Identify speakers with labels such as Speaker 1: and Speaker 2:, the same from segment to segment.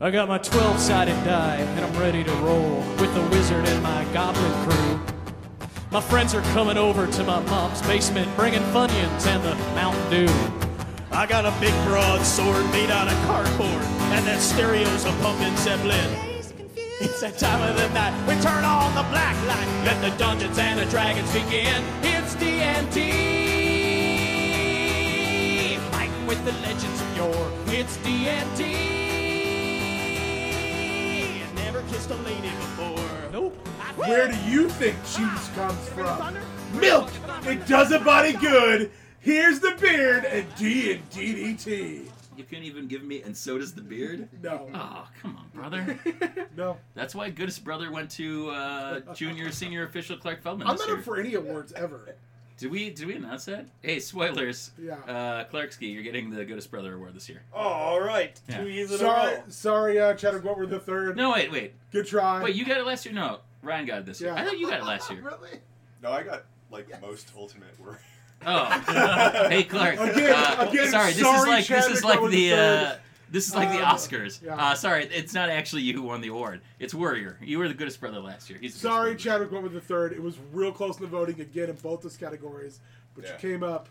Speaker 1: I got my 12 sided die and I'm ready to roll with the wizard and my goblin crew. My friends are coming over to my mom's basement bringing Funyuns and the Mountain Dew.
Speaker 2: I got a big broadsword made out of cardboard, and that stereo's a pumpkin zeppelin. It's that time of the night. We turn on the black light. Let the dungeons and the dragons begin. It's D&D. Fighting with the legends of yore. It's D&D. Never kissed a lady before.
Speaker 1: Nope.
Speaker 3: Where do you think juice comes from? Milk. It does a body good. Here's the beard and D and DDT.
Speaker 4: You couldn't even give me, and so does the beard.
Speaker 3: No,
Speaker 4: Oh, come on, brother.
Speaker 3: no.
Speaker 4: That's why Goodest Brother went to uh, junior, senior official Clark Feldman.
Speaker 3: I'm
Speaker 4: this
Speaker 3: not
Speaker 4: year.
Speaker 3: up for any awards ever.
Speaker 4: Did we did we announce that? Hey, spoilers.
Speaker 3: Yeah.
Speaker 4: Uh, Clarksky, you're getting the Goodest Brother Award this year.
Speaker 5: Oh, all right.
Speaker 4: Yeah.
Speaker 5: Two years in a
Speaker 3: Sorry,
Speaker 5: row.
Speaker 3: sorry, uh, Cheddar. What were the third?
Speaker 4: No, wait, wait,
Speaker 3: Good try.
Speaker 4: wait. You got it last year. No, Ryan got it this year.
Speaker 3: Yeah.
Speaker 4: I thought you got it last year.
Speaker 3: really?
Speaker 6: No, I got like most ultimate word.
Speaker 4: Oh, hey Clark.
Speaker 3: Again,
Speaker 4: uh,
Speaker 3: again,
Speaker 4: sorry, this is
Speaker 3: sorry,
Speaker 4: like this is
Speaker 3: Chadwick, I
Speaker 4: like
Speaker 3: was
Speaker 4: the uh,
Speaker 3: third.
Speaker 4: this is like the
Speaker 3: Uh,
Speaker 4: Oscars.
Speaker 3: yeah.
Speaker 4: Uh, sorry, it's not actually you who won the award. It's Warrior. You were the Goodest Brother last year. He's the
Speaker 3: Sorry,
Speaker 4: Goodest Brother.
Speaker 3: Chadwick went with the third. It was real close in the voting again in both those categories, but
Speaker 6: Yeah.
Speaker 3: you came up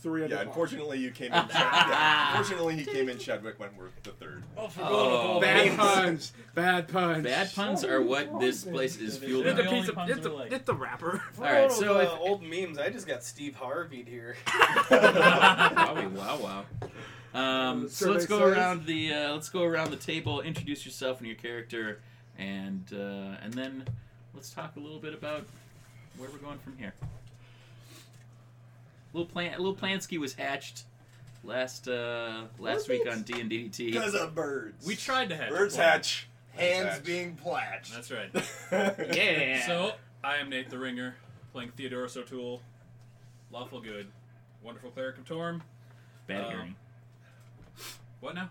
Speaker 3: three under.
Speaker 6: Yeah,
Speaker 3: par.
Speaker 6: unfortunately you came in. Chad- yeah, unfortunately he came in Chadwick Wentworth the third.
Speaker 4: Oh,
Speaker 7: Bad puns. Bad puns.
Speaker 4: bad puns are what this place is fueled
Speaker 7: Did
Speaker 4: on.
Speaker 7: the
Speaker 4: All
Speaker 1: only
Speaker 7: pizza?
Speaker 1: puns
Speaker 7: Did
Speaker 1: we
Speaker 7: the,
Speaker 1: like.
Speaker 7: did the rapper?
Speaker 4: right, so
Speaker 5: uh,
Speaker 4: if,
Speaker 5: old memes. I just got Steve Harvey here.
Speaker 4: wow, wow, wow. Um, so let's go
Speaker 3: Survey says-
Speaker 4: around the uh, let's go around the table. Introduce yourself and your character, and uh, and then let's talk a little bit about where we're going from here. Little plan, little Plansky was hatched last uh, last week on D and DDT.
Speaker 6: Because of birds.
Speaker 8: We tried to hatch.
Speaker 6: Birds
Speaker 8: plans.
Speaker 6: hatch. Hands
Speaker 8: hatch.
Speaker 6: being platched.
Speaker 8: That's right.
Speaker 7: Yeah.
Speaker 8: So I am Nate the Ringer, playing Theodorus O'Toole, lawful good, wonderful cleric of Torm.
Speaker 4: Bad
Speaker 8: Um,
Speaker 4: hearing.
Speaker 8: What now?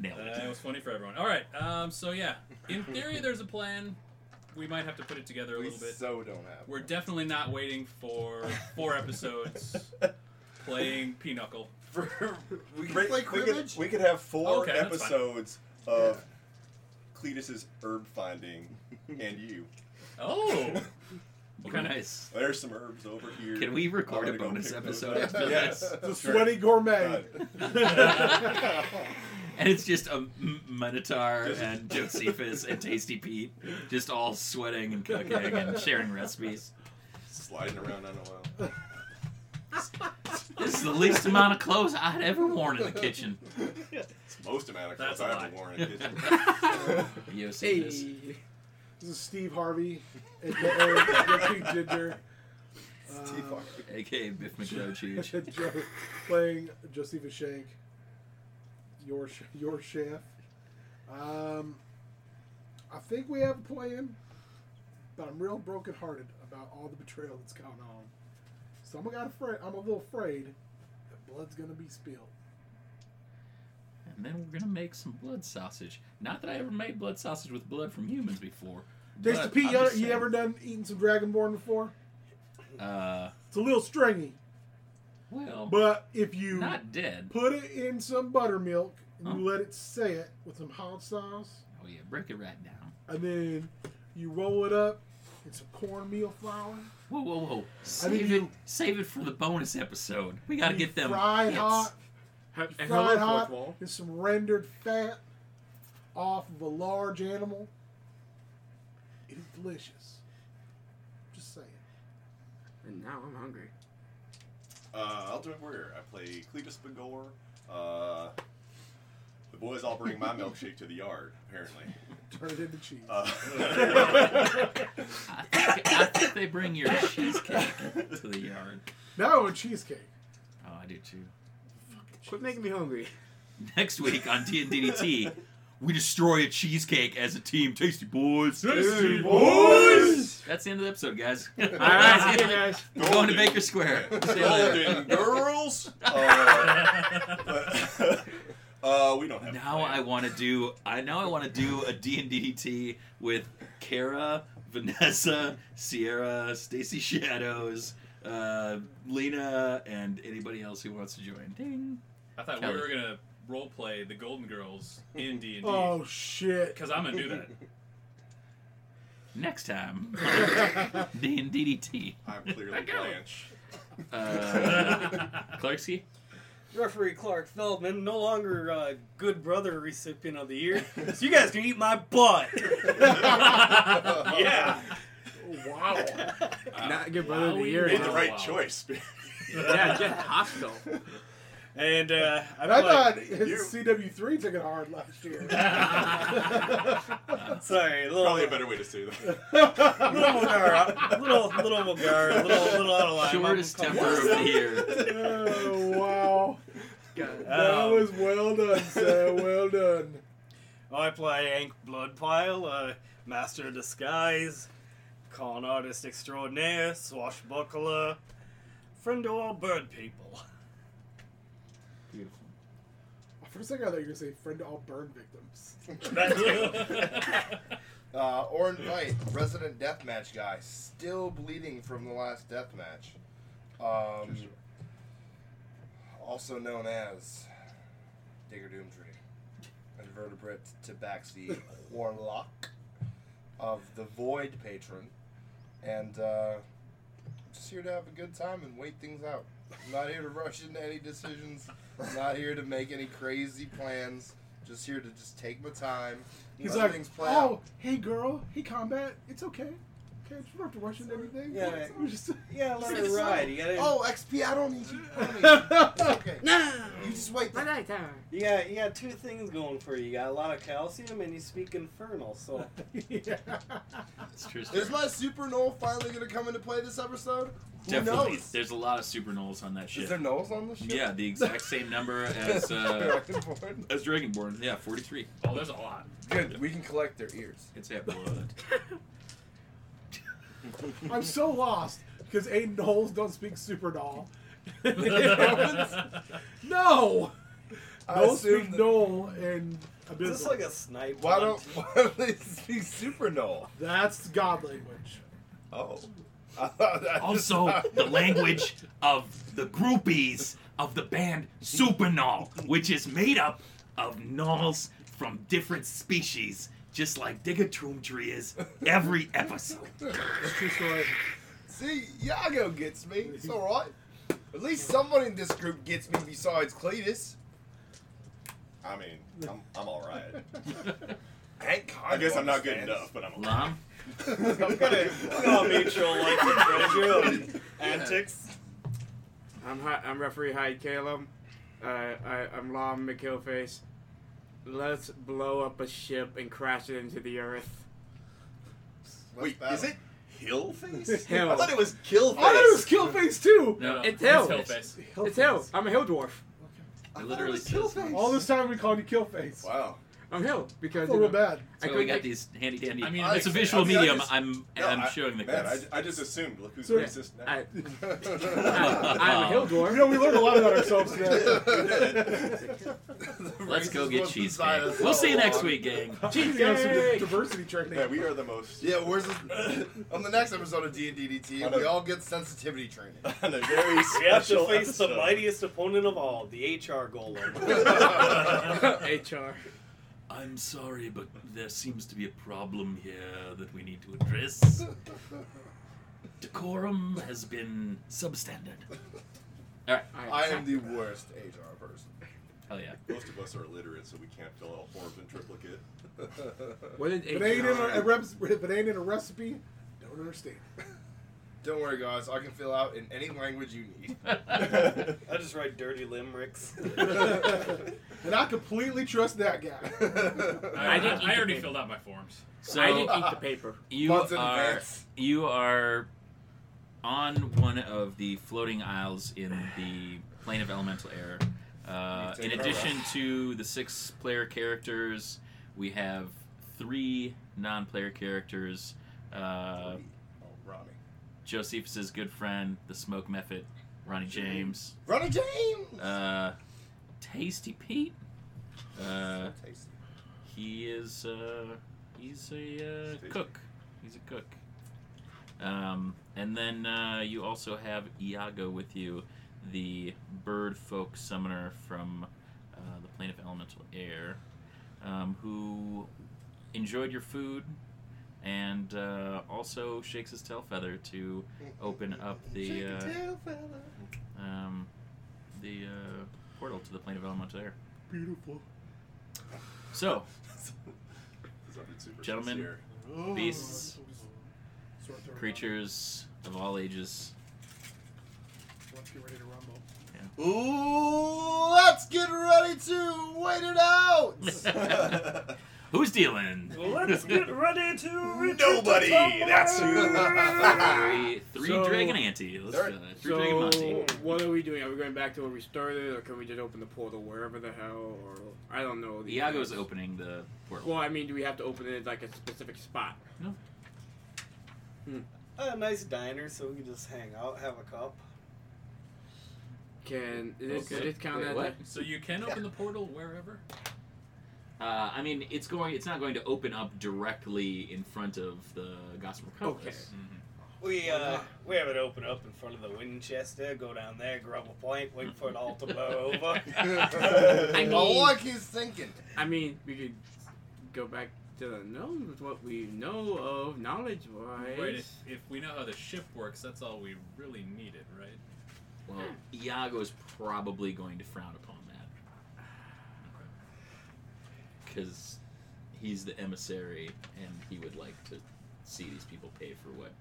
Speaker 4: Nailed it.
Speaker 8: That was funny for everyone. All right. Um, so yeah, in theory, there's a plan. We might have to put it together a
Speaker 6: we
Speaker 8: little bit.
Speaker 6: so don't have.
Speaker 8: We're definitely not waiting for four episodes playing Pinochle.
Speaker 6: For- we,
Speaker 7: could
Speaker 6: could,
Speaker 7: play
Speaker 6: we, could,
Speaker 7: cribbage?
Speaker 6: we could have four
Speaker 8: Okay, that's fine.
Speaker 6: episodes of Cletus's herb finding and you.
Speaker 8: Oh. What kind of?
Speaker 4: nice.
Speaker 6: There's some herbs over here.
Speaker 4: Can we record
Speaker 6: I'm
Speaker 4: a
Speaker 6: gonna go
Speaker 4: bonus
Speaker 6: pick those
Speaker 4: episode
Speaker 6: up.
Speaker 4: after
Speaker 6: yes. Uh,
Speaker 4: this?
Speaker 3: the
Speaker 6: Sure.
Speaker 3: sweaty gourmet.
Speaker 6: Done.
Speaker 4: and it's just a M- Minotaur
Speaker 6: Just-
Speaker 4: and Josephus and Tasty Pete just all sweating and cooking and sharing recipes.
Speaker 6: Sliding around on oil.
Speaker 4: This is the least amount of clothes I'd ever worn in the kitchen.
Speaker 6: It's most amount of
Speaker 8: That's
Speaker 6: clothes
Speaker 8: a
Speaker 6: I
Speaker 8: lie.
Speaker 6: ever wore in a kitchen.
Speaker 4: Josephus.
Speaker 7: Hey.
Speaker 3: This is Steve Harvey, aka King Ginger, Um,
Speaker 6: Steve Harvey.
Speaker 4: aka Biff McDough Huge.
Speaker 3: Jo- playing Josephus Shank, your sh- your chef. Um, I think we have a plan, but I'm real brokenhearted about all the betrayal that's gone on. So I'm got afraid. I'm a little afraid that blood's gonna be spilled.
Speaker 4: And then we're gonna make some blood sausage. Not that I ever made blood sausage with blood from humans before.
Speaker 3: Tasty
Speaker 4: but
Speaker 3: Pete,
Speaker 4: I'm
Speaker 3: you,
Speaker 4: just
Speaker 3: you
Speaker 4: saying,
Speaker 3: ever done eating some Dragonborn before?
Speaker 4: Uh,
Speaker 3: It's a little stringy,
Speaker 4: well,
Speaker 3: but if you
Speaker 4: not dead.
Speaker 3: put it in some buttermilk and
Speaker 4: Huh?
Speaker 3: you let it set with some hot sauce,
Speaker 4: Oh yeah, break it right down.
Speaker 3: and then you roll it up in some cornmeal flour.
Speaker 4: Whoa, whoa, whoa! Save it,
Speaker 3: you-
Speaker 4: save it for the bonus episode. We gotta
Speaker 3: you
Speaker 4: get them
Speaker 3: fried
Speaker 4: hits.
Speaker 3: hot,
Speaker 7: Have, and hello,
Speaker 3: fried
Speaker 7: fourth
Speaker 3: hot,
Speaker 7: wall.
Speaker 3: and some rendered fat off of a large animal. It is delicious. Just saying.
Speaker 7: And now I'm hungry.
Speaker 6: Uh, Ultimate Warrior. I play Cletus Begor. Uh, the boys all bring my milkshake to the yard, apparently.
Speaker 3: Turn it into cheese.
Speaker 6: Uh,
Speaker 4: I think, I think they bring your cheesecake to the yard.
Speaker 3: now a cheesecake.
Speaker 4: Oh, I do too.
Speaker 7: Quit making me hungry.
Speaker 4: Next week on D and DDT, we destroy a cheesecake as a team. Tasty boys. Tasty
Speaker 3: boys!
Speaker 4: That's the end of the episode, guys.
Speaker 7: All right, see you guys.
Speaker 4: We're going to Baker Square. See you later.
Speaker 6: Golden Girls. Uh, but- uh, we don't have.
Speaker 4: Now I want to do. I now I want to do a D and DDT with Kara, Vanessa, Sierra, Stacy Shadows, uh, Lena, and anybody else who wants to join. Ding.
Speaker 8: I thought we
Speaker 4: Kelly.
Speaker 8: were gonna role play the Golden Girls in D and D
Speaker 3: Oh shit!
Speaker 8: because I'm gonna do that.
Speaker 4: Next time, D and DDT.
Speaker 6: I'm clearly Blanche.
Speaker 4: Uh, Clarksky?
Speaker 5: Referee Clark Feldman, no longer uh, good brother recipient of the year. So you guys can eat my butt. yeah.
Speaker 3: Wow.
Speaker 9: Not good brother of the year.
Speaker 6: Made the
Speaker 9: huh?
Speaker 6: right
Speaker 8: wow.
Speaker 6: choice.
Speaker 9: Yeah, get hostile.
Speaker 5: And uh, I
Speaker 3: I
Speaker 5: thought
Speaker 3: thought his CW3 took it hard last year.
Speaker 5: sorry, a little,
Speaker 6: Probably a better way to say that.
Speaker 5: little vulgar, little little vulgar, little little out of line.
Speaker 4: Shortest temper of the year.
Speaker 3: oh, wow.
Speaker 9: God.
Speaker 3: That
Speaker 5: Um,
Speaker 3: was well done, sir. Well done.
Speaker 5: I play Ank Bloodpile, uh, Master of Disguise, Con Artist Extraordinaire, Swashbuckler, Friend to all bird people.
Speaker 9: Beautiful.
Speaker 3: For a second, I thought you were going to say friend to all burn victims.
Speaker 7: Uh, Orin Knight, resident deathmatch guy, still bleeding from the last deathmatch. Um, also known as Digger Doomtree, invertebrate tabaxi warlock of the Void Patron, and uh, just here to have a good time and wait things out. I'm not here to rush into any decisions. I'm not here to make any crazy plans. Just here to just take my time. and
Speaker 3: He's
Speaker 7: let
Speaker 3: like,
Speaker 7: things play out.
Speaker 3: oh, hey, girl. Hey, combat. It's okay. Okay, just don't have to rush into everything.
Speaker 5: Yeah.
Speaker 3: It's- I'm just-
Speaker 5: Yeah, let it ride. You gotta,
Speaker 7: Oh, XP, I don't need you. I don't need you. It's okay.
Speaker 9: No.
Speaker 7: You just wait.
Speaker 9: My nighttime.
Speaker 5: you got you got two things going for you. You got a lot of calcium, and you speak infernal. So
Speaker 4: It's true.
Speaker 7: Is my Super Knoll finally going to come into play this episode? Who
Speaker 4: Definitely.
Speaker 7: knows?
Speaker 4: There's a lot of super nulls on that
Speaker 7: Is
Speaker 4: shit.
Speaker 7: there Knolls on this shit?
Speaker 4: Yeah, the exact same number as uh,
Speaker 7: Back and forth.
Speaker 4: as Dragonborn. Yeah, 43.
Speaker 8: Oh, there's a lot.
Speaker 7: Good, we can collect their ears.
Speaker 4: It's at blood.
Speaker 3: I'm so lost because A. Knowles don't speak Super Doll. no!
Speaker 7: I
Speaker 3: Knowles
Speaker 7: assume
Speaker 3: speak
Speaker 7: that-
Speaker 3: Knoll and
Speaker 5: is this
Speaker 3: Abyssal.
Speaker 5: like a snipe?
Speaker 7: Why
Speaker 5: hunt?
Speaker 7: don't, why don't they speak Super Knoll?
Speaker 3: That's God language.
Speaker 7: Oh. I thought I just-
Speaker 4: Also, the language of the groupies of the band Supernull, which is made up of nulls from different species, just like Digatroom Tree is every episode.
Speaker 3: That's true story.
Speaker 7: See, Yago gets me. It's alright. At least someone in this group gets me besides Cletus.
Speaker 6: I mean, I'm, I'm all right.
Speaker 7: Hank kind
Speaker 6: I
Speaker 7: of
Speaker 6: guess I'm not good
Speaker 7: understands.
Speaker 6: enough, but I'm all right.
Speaker 4: Lom?
Speaker 5: We all mutual like and your own antics.
Speaker 9: I'm hi- I'm referee Hyde Caleb. Uh, I, I'm Lom McKillface. Let's blow up a ship and crash it into the earth.
Speaker 7: Let's
Speaker 6: Wait,
Speaker 7: battle.
Speaker 6: is it Hill Face?
Speaker 9: Hill.
Speaker 6: I thought it was Kill Face.
Speaker 3: I thought it was Killface too!
Speaker 8: No,
Speaker 9: It's hell.
Speaker 8: face.
Speaker 3: Hellface.
Speaker 9: It's hell. I'm a hill dwarf.
Speaker 4: It literally says.
Speaker 6: Face.
Speaker 3: All this time we called you Killface.
Speaker 6: Wow.
Speaker 9: I'm hill because
Speaker 3: Feel
Speaker 9: you
Speaker 3: real
Speaker 9: know,
Speaker 3: bad.
Speaker 9: I
Speaker 4: So
Speaker 9: could
Speaker 4: we got
Speaker 9: make-
Speaker 4: these handy dandy.
Speaker 8: I mean,
Speaker 6: I
Speaker 8: it's a
Speaker 4: visual
Speaker 6: understand. I mean, I
Speaker 4: medium.
Speaker 6: just-
Speaker 4: I'm
Speaker 6: No,
Speaker 4: I'm
Speaker 6: I-
Speaker 4: showing the
Speaker 6: Man,
Speaker 4: cuts.
Speaker 6: I, I just assumed. Look who's
Speaker 3: So-
Speaker 6: racist now.
Speaker 9: I,
Speaker 4: Wow.
Speaker 9: I'm a hill
Speaker 3: You
Speaker 9: dwarf.
Speaker 3: know, we learned a lot about ourselves today.
Speaker 4: Let's go
Speaker 7: Racist
Speaker 4: get
Speaker 7: was
Speaker 4: cheese.
Speaker 7: beside us
Speaker 4: We'll
Speaker 7: all
Speaker 4: see you next
Speaker 6: Oh,
Speaker 7: along.
Speaker 4: week, gang.
Speaker 3: Jeez, you have some di- diversity training.
Speaker 6: Yeah, we are the most.
Speaker 7: Yeah, where's this? on the next episode of D and DDT,
Speaker 6: I know.
Speaker 7: we all get sensitivity training.
Speaker 6: on a very
Speaker 5: We have to
Speaker 6: special
Speaker 5: face the
Speaker 6: episode.
Speaker 5: mightiest opponent of all, the HR golem.
Speaker 9: HR.
Speaker 4: I'm sorry, but there seems to be a problem here that we need to address. Decorum has been substandard.
Speaker 7: I am the worst HR person.
Speaker 4: Hell yeah.
Speaker 6: Most of us are illiterate, so we can't fill out forms in triplicate.
Speaker 9: What did
Speaker 3: If it, ain't in a, a
Speaker 9: HR?
Speaker 3: reps- if it ain't in a recipe, don't understand.
Speaker 7: Don't worry, guys. I can fill out in any language you need.
Speaker 5: I just write dirty limericks.
Speaker 3: And I completely trust that guy.
Speaker 8: I,
Speaker 9: I didn't eat
Speaker 8: I
Speaker 9: the
Speaker 8: already
Speaker 9: paper.
Speaker 8: filled out my forms.
Speaker 4: So
Speaker 9: I didn't eat the paper.
Speaker 4: you
Speaker 7: Months in
Speaker 4: are
Speaker 7: advance.
Speaker 4: you are on one of the floating isles in the plane of elemental air. Uh, in
Speaker 7: You've taken a
Speaker 4: addition
Speaker 7: rest.
Speaker 4: to the six player characters, we have three non-player characters. Uh,
Speaker 7: Oh, Ronnie.
Speaker 4: Josephus's good friend, the Smoke Method, Ronnie James,
Speaker 7: Ronnie James.
Speaker 4: uh, Tasty Pete. Uh,
Speaker 7: So tasty.
Speaker 4: he is uh, he's a uh,
Speaker 6: Tasty.
Speaker 4: cook. He's a cook. Um, and then uh, you also have Iago with you, the bird folk summoner from uh, the plane of elemental air, um, who enjoyed your food and uh, also shakes his tail feather to open up the uh, um, the uh, portal to the plane of elemental air.
Speaker 6: Beautiful.
Speaker 4: So,
Speaker 6: Sounded super
Speaker 4: Gentlemen.
Speaker 6: sincere.
Speaker 4: beasts,
Speaker 3: Sort through it out.
Speaker 4: creatures of all ages.
Speaker 3: Let's get ready to rumble.
Speaker 7: Ooh, let's get ready to wait it out.
Speaker 4: Who's dealing?
Speaker 5: Let's get ready to retreat to
Speaker 6: Nobody. That's
Speaker 4: Three, three
Speaker 9: So-
Speaker 4: dragon ante. Let's
Speaker 6: There-
Speaker 4: go. Three dragon
Speaker 9: So
Speaker 4: monte.
Speaker 9: what are we doing? Are we going back to where we started, or can we just open the portal wherever the hell? Or I don't know. the
Speaker 4: Iago's
Speaker 9: answers.
Speaker 4: opening the portal.
Speaker 9: Well, I mean, do we have to open it at, like a specific spot?
Speaker 5: A nice diner so we can just hang out, have a cup.
Speaker 9: Can is this,
Speaker 4: Okay.
Speaker 9: this count
Speaker 4: Wait,
Speaker 9: as
Speaker 4: what?
Speaker 8: So you can open the portal wherever.
Speaker 4: Uh, I mean, it's going. It's not going to open up directly in front of the Gospel Compass.
Speaker 5: We uh, we have it open up in front of the Winchester. Go down there, grab a point, wait for it all to blow over.
Speaker 9: I mean-
Speaker 7: oh, like he's thinking.
Speaker 9: I mean, we could go back to the known with what we know of knowledge wise.
Speaker 8: Right. If, if we know how the ship works, that's all we really needed, right?
Speaker 4: Well, Iago's probably going to frown upon that because he's the emissary, and he would like to see these people pay for what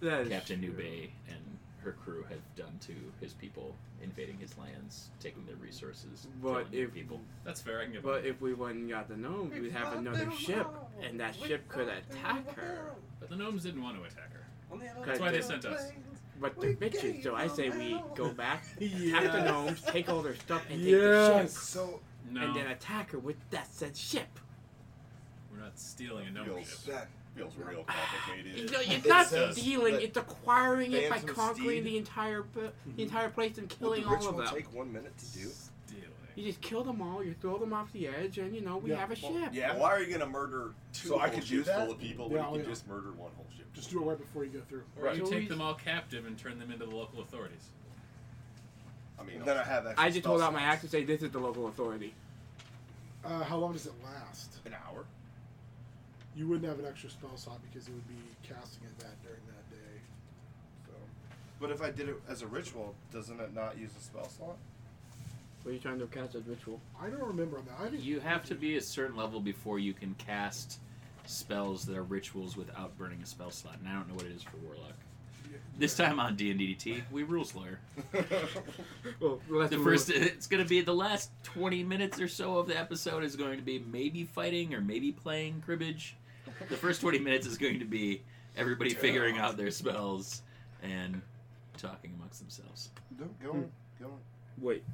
Speaker 9: That is
Speaker 4: Captain
Speaker 9: true.
Speaker 4: Nube and her crew have done to his people, invading his lands, taking their resources,
Speaker 9: But
Speaker 4: killing their
Speaker 9: if
Speaker 4: people.
Speaker 8: That's fair. I can get.
Speaker 9: but if we wouldn't got the gnome, we'd have another ship, and that ship could attack her.
Speaker 8: But the gnomes didn't want to attack her.
Speaker 9: That's
Speaker 8: why they sent us.
Speaker 9: But the bitches, so I say we go back, attack the
Speaker 5: Yes.
Speaker 9: gnomes, take all their stuff, and take the
Speaker 3: Yes.
Speaker 9: ship,
Speaker 7: So
Speaker 8: No,
Speaker 9: and then attack her with that said ship.
Speaker 8: we're not stealing a gnome
Speaker 6: Feels,
Speaker 8: ship.
Speaker 6: feels real
Speaker 9: You
Speaker 6: complicated.
Speaker 9: know, it's
Speaker 7: It
Speaker 9: not
Speaker 7: says
Speaker 9: stealing;
Speaker 7: that
Speaker 9: it's acquiring it by
Speaker 7: Phantom
Speaker 9: conquering
Speaker 7: Steed-
Speaker 9: the entire p- the entire place and
Speaker 7: will
Speaker 9: killing
Speaker 7: the
Speaker 9: all
Speaker 7: ritual
Speaker 9: of them.
Speaker 7: take one minute to do?
Speaker 9: You
Speaker 8: Stealing.
Speaker 9: just kill them all, you throw them off the edge, and you know we
Speaker 3: Yeah,
Speaker 9: have a
Speaker 3: well,
Speaker 9: ship.
Speaker 7: Yeah.
Speaker 6: Why are you gonna murder two
Speaker 7: So I
Speaker 6: whole
Speaker 7: could do
Speaker 6: ships
Speaker 7: that?
Speaker 6: full of people
Speaker 3: Yeah,
Speaker 6: when you
Speaker 3: oh,
Speaker 6: can
Speaker 3: yeah.
Speaker 6: just murder one whole ship?
Speaker 3: Just do it right before you go through.
Speaker 8: Or
Speaker 9: Right.
Speaker 8: you
Speaker 9: So
Speaker 8: take
Speaker 9: we-
Speaker 8: them all captive and turn them into the local authorities.
Speaker 6: I mean,
Speaker 7: Then I have. extra
Speaker 9: I just hold
Speaker 7: spell
Speaker 9: out my axe and say, "This is the local authority."
Speaker 3: Uh, how long does it last?
Speaker 7: slots. An hour.
Speaker 3: You wouldn't have an extra spell slot because it would be casting it that during that day.
Speaker 7: So. But if I did it as a ritual, doesn't it not use a spell slot?
Speaker 9: What are you trying to cast as ritual?
Speaker 3: I don't remember on that. I didn't,
Speaker 4: You have to be a certain level before you can cast spells that are rituals without burning a spell slot, and I don't know what it is for warlock. This time on D and DDT, we rules lawyer.
Speaker 9: Well, let's
Speaker 4: The
Speaker 9: move-
Speaker 4: first, it's going to be the last twenty minutes or so of the episode is going to be maybe fighting or maybe playing cribbage. The first twenty minutes is going to be everybody figuring out their spells and talking amongst themselves.
Speaker 7: No, go on, go on.
Speaker 9: Wait.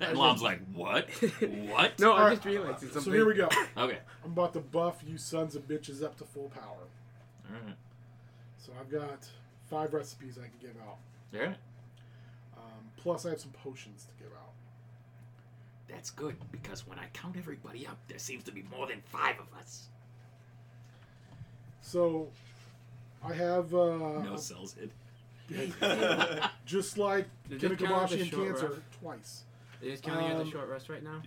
Speaker 4: And Lom's like, "What? What?
Speaker 9: No, I
Speaker 3: Alright.
Speaker 9: just realized something.
Speaker 3: So here we go.
Speaker 4: Okay.
Speaker 3: I'm about to buff you sons of bitches up to full power.
Speaker 4: All right.
Speaker 3: So I've got five recipes I can give out.
Speaker 4: All right.
Speaker 3: Um, plus, I have some potions to give out.
Speaker 4: That's good because when I count everybody up, there seems to be more than five of us.
Speaker 3: So I have uh,
Speaker 4: No cells hit.
Speaker 3: just like
Speaker 9: Did they count the
Speaker 3: Kimikabashi and
Speaker 9: short
Speaker 3: Cancer
Speaker 9: rest?
Speaker 3: twice.
Speaker 9: Is counting as a
Speaker 3: Um,
Speaker 9: short rest right now?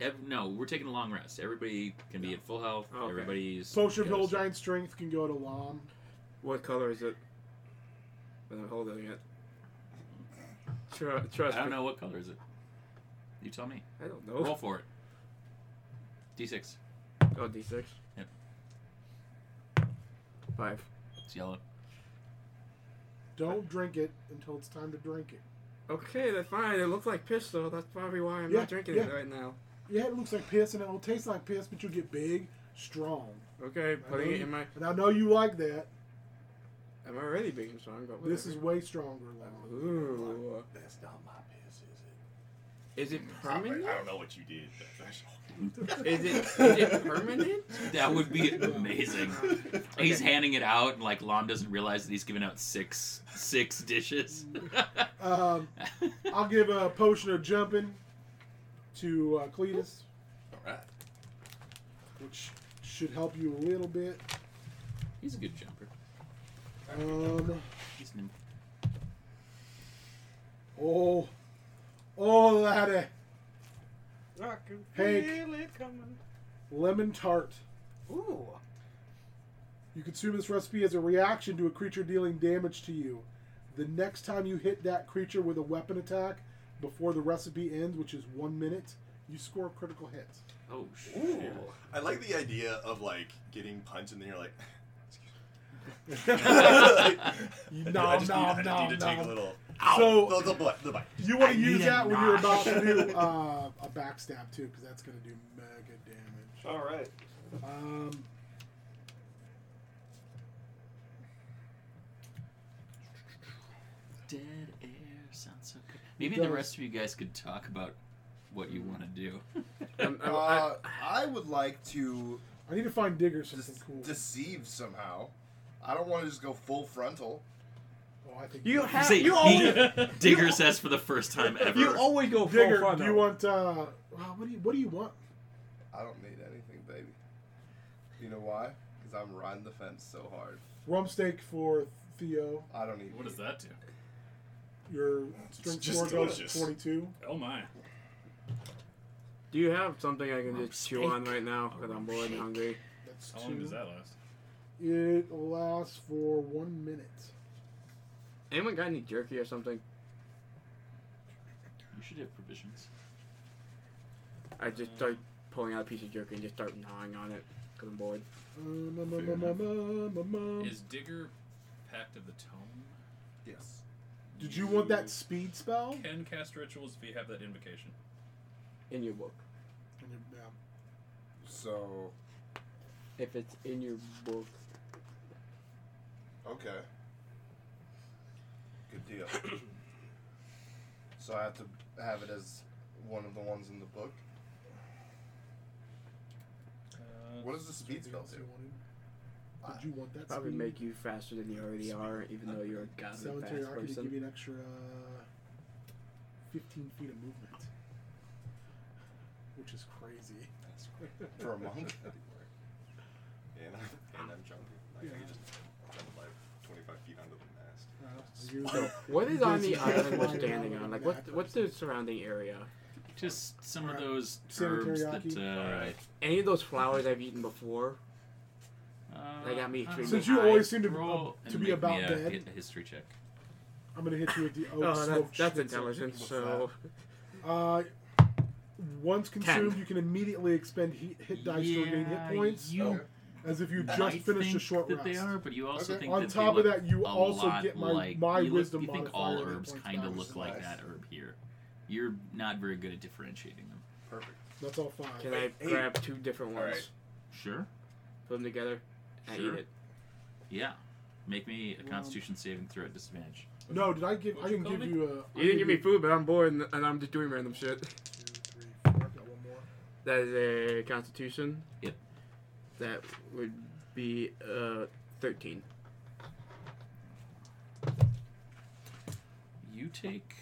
Speaker 4: Ev- no, we're taking a long rest. Everybody can be at full health.
Speaker 9: Okay.
Speaker 4: Everybody's
Speaker 3: Potion of
Speaker 4: goes-
Speaker 3: Hill Giant Strength can go to Lom.
Speaker 9: What color is it? I'm holding it. Tru- trust
Speaker 4: I don't
Speaker 9: me.
Speaker 4: know what color is it. You tell me.
Speaker 9: I don't know.
Speaker 4: Roll for it. D6.
Speaker 9: Oh, D6.
Speaker 4: Yep.
Speaker 9: Five.
Speaker 4: It's yellow.
Speaker 3: Don't drink it until it's time to drink it.
Speaker 9: Okay, that's fine. It looks like piss, though. That's probably why I'm
Speaker 3: Yeah,
Speaker 9: not drinking it
Speaker 3: yeah.
Speaker 9: right now.
Speaker 3: Yeah, it looks like piss, and it will taste like piss, but you'll get big, strong.
Speaker 9: Okay,
Speaker 3: I
Speaker 9: putting
Speaker 3: know
Speaker 9: it
Speaker 3: you-
Speaker 9: in my.
Speaker 3: And I know you like that.
Speaker 9: I'm already being strong, but
Speaker 3: This is
Speaker 9: whatever.
Speaker 3: way stronger, Lom.
Speaker 9: Ooh.
Speaker 6: That's not my piss, is
Speaker 9: Is it
Speaker 6: it? I don't
Speaker 9: permanent?
Speaker 6: know what you did. but-
Speaker 9: Is it, is it permanent?
Speaker 4: That would be amazing. He's handing it out, and like Lom doesn't realize that he's giving out six six dishes.
Speaker 3: Um, I'll give a potion of jumping to uh, Cletus,
Speaker 6: All right.
Speaker 3: which should help you a little bit.
Speaker 4: he's a good jumper.
Speaker 3: Um,
Speaker 4: He's nimble.
Speaker 3: oh, oh, laddie.
Speaker 5: can
Speaker 3: Hank.
Speaker 5: feel it coming.
Speaker 3: Lemon tart.
Speaker 5: Ooh.
Speaker 3: You consume this recipe as a reaction to a creature dealing damage to you. The next time you hit that creature with a weapon attack before the recipe ends, which is one minute, you score a critical hit.
Speaker 4: Oh shit.
Speaker 6: Ooh. I like the idea of like getting punched and then you're like,
Speaker 3: You
Speaker 6: I do- I
Speaker 3: nom,
Speaker 6: just
Speaker 3: nom,
Speaker 6: need, I
Speaker 3: nom,
Speaker 6: just need to take
Speaker 3: nom.
Speaker 6: a little.
Speaker 3: So-
Speaker 6: Ow, the, the, bite, the bite.
Speaker 3: You want
Speaker 4: I
Speaker 3: to use
Speaker 4: need a
Speaker 3: that when you're about
Speaker 4: notch.
Speaker 3: to do uh, a backstab too, because that's going to do mega damage.
Speaker 2: All right.
Speaker 3: Um,
Speaker 4: Dead air sounds so good. Maybe
Speaker 3: does.
Speaker 4: the rest of you guys could talk about what you want to do.
Speaker 9: I'm, I'm,
Speaker 7: Uh, I would like to
Speaker 3: I need to find Digger something
Speaker 7: des-
Speaker 3: cool.
Speaker 7: deceive somehow. I don't want to just go full frontal.
Speaker 3: oh, I think
Speaker 9: you
Speaker 3: Digger-
Speaker 9: have
Speaker 4: See,
Speaker 9: you
Speaker 4: he-
Speaker 9: always
Speaker 4: Digger says for the first time ever.
Speaker 9: you always go full
Speaker 3: Digger.
Speaker 9: frontal.
Speaker 3: Do you want? Uh, wow, what do you What do you want?
Speaker 7: I don't need anything, baby. You know why? Because I'm riding the fence so hard.
Speaker 3: Rump steak for Theo.
Speaker 7: I don't need.
Speaker 8: What does that do?
Speaker 3: Your strength
Speaker 6: just
Speaker 3: score goes
Speaker 6: delicious.
Speaker 3: forty-two.
Speaker 8: Oh my.
Speaker 9: Do you have something I can
Speaker 4: Rump
Speaker 9: just chew on
Speaker 4: steak.
Speaker 9: right now? Because I'm bored and hungry.
Speaker 3: That's
Speaker 8: How
Speaker 3: two.
Speaker 8: long does that last?
Speaker 3: It lasts for one minute.
Speaker 9: Anyone got any jerky or something?
Speaker 4: You should have provisions.
Speaker 9: I just start pulling out a piece of jerky and just start gnawing on it because I'm bored.
Speaker 3: Um, um,
Speaker 4: Fair
Speaker 3: um, um, um, um, um.
Speaker 8: Is Digger Pact of the Tome?
Speaker 7: Yes.
Speaker 3: Did you want that speed spell?
Speaker 8: Can cast rituals if you have that invocation.
Speaker 9: In your book.
Speaker 3: And you- yeah.
Speaker 7: So
Speaker 9: If it's in your book.
Speaker 7: okay. Good deal. so I have to have it as one of the ones in the book.
Speaker 8: Uh,
Speaker 7: What does the speed spell
Speaker 3: Something else
Speaker 7: do?
Speaker 3: you wanted? Did you want that
Speaker 9: Probably
Speaker 3: speed?
Speaker 9: make you faster than you already are, even though you're a goddamn
Speaker 3: Cemetery
Speaker 9: fast
Speaker 3: Arc to give
Speaker 9: person.
Speaker 3: you an extra uh, 15 feet of movement, which is crazy.
Speaker 6: That's great.
Speaker 7: For a monk?
Speaker 6: That'd work. And I'm, and I'm jumping. Like, I
Speaker 3: Yeah.
Speaker 6: could just jump like 25 feet onto the mast.
Speaker 3: Uh, you-
Speaker 9: What is
Speaker 3: you
Speaker 9: on
Speaker 3: guys
Speaker 9: the
Speaker 3: are
Speaker 9: island we're
Speaker 3: flying
Speaker 9: standing
Speaker 3: around
Speaker 9: on?
Speaker 3: like
Speaker 9: Like,
Speaker 3: mad
Speaker 9: what, what's the
Speaker 3: persons.
Speaker 9: surrounding area?
Speaker 4: Just some of
Speaker 3: Alright.
Speaker 4: those
Speaker 3: Cemetery
Speaker 4: herbs
Speaker 3: Aki.
Speaker 4: that. Uh,
Speaker 8: Alright.
Speaker 9: Any of those flowers I've eaten before?
Speaker 4: uh,
Speaker 9: They got me
Speaker 4: uh,
Speaker 9: extremely
Speaker 3: Since you
Speaker 9: high.
Speaker 3: always seem to,
Speaker 4: roll
Speaker 3: uh,
Speaker 4: and
Speaker 3: to be
Speaker 4: make
Speaker 3: about
Speaker 4: me a,
Speaker 3: dead,
Speaker 4: hi- a history check.
Speaker 3: I'm gonna hit you with the oak
Speaker 9: Oh, that,
Speaker 3: smoked
Speaker 9: that's
Speaker 3: schnitzel.
Speaker 9: intelligence. So
Speaker 3: Uh, once consumed,
Speaker 9: Ten.
Speaker 3: you can immediately expend heat, hit dice to regain
Speaker 4: Yeah,
Speaker 3: hit points,
Speaker 4: You
Speaker 7: Okay.
Speaker 3: as if you
Speaker 4: I
Speaker 3: just finished
Speaker 4: think
Speaker 3: a short
Speaker 4: that
Speaker 3: rest.
Speaker 4: they are, but you also
Speaker 7: Okay.
Speaker 4: think
Speaker 3: On
Speaker 4: that
Speaker 3: top
Speaker 4: they
Speaker 3: of
Speaker 4: look
Speaker 3: that, you
Speaker 4: a
Speaker 3: also
Speaker 4: lot
Speaker 3: get my-
Speaker 4: like,
Speaker 3: my
Speaker 4: you look-
Speaker 3: wisdom
Speaker 4: You think
Speaker 3: modifier
Speaker 4: all
Speaker 3: that
Speaker 4: herbs
Speaker 3: points
Speaker 4: kind
Speaker 3: down,
Speaker 4: of
Speaker 3: which
Speaker 4: look
Speaker 3: is
Speaker 4: like
Speaker 7: nice.
Speaker 4: that herb here. You're not very good at differentiating them.
Speaker 7: Perfect.
Speaker 3: That's all five.
Speaker 9: can I
Speaker 6: Hey.
Speaker 9: grab two different
Speaker 6: All
Speaker 9: ones,
Speaker 6: right.
Speaker 4: Sure.
Speaker 9: put them together, and
Speaker 4: Sure.
Speaker 9: eat it?
Speaker 4: Yeah. Make me a
Speaker 3: Well-
Speaker 4: Constitution saving throw at disadvantage.
Speaker 3: No, did I give? I
Speaker 8: What'd you
Speaker 3: didn't
Speaker 8: call
Speaker 3: give
Speaker 8: me?
Speaker 3: you a. I
Speaker 9: You didn't give
Speaker 3: gave
Speaker 9: me food, but I'm bored and, and I'm just doing random shit.
Speaker 3: Two, three, four. I've got one more.
Speaker 9: That is a Constitution.
Speaker 4: Yep.
Speaker 9: That would be uh thirteen.
Speaker 4: You take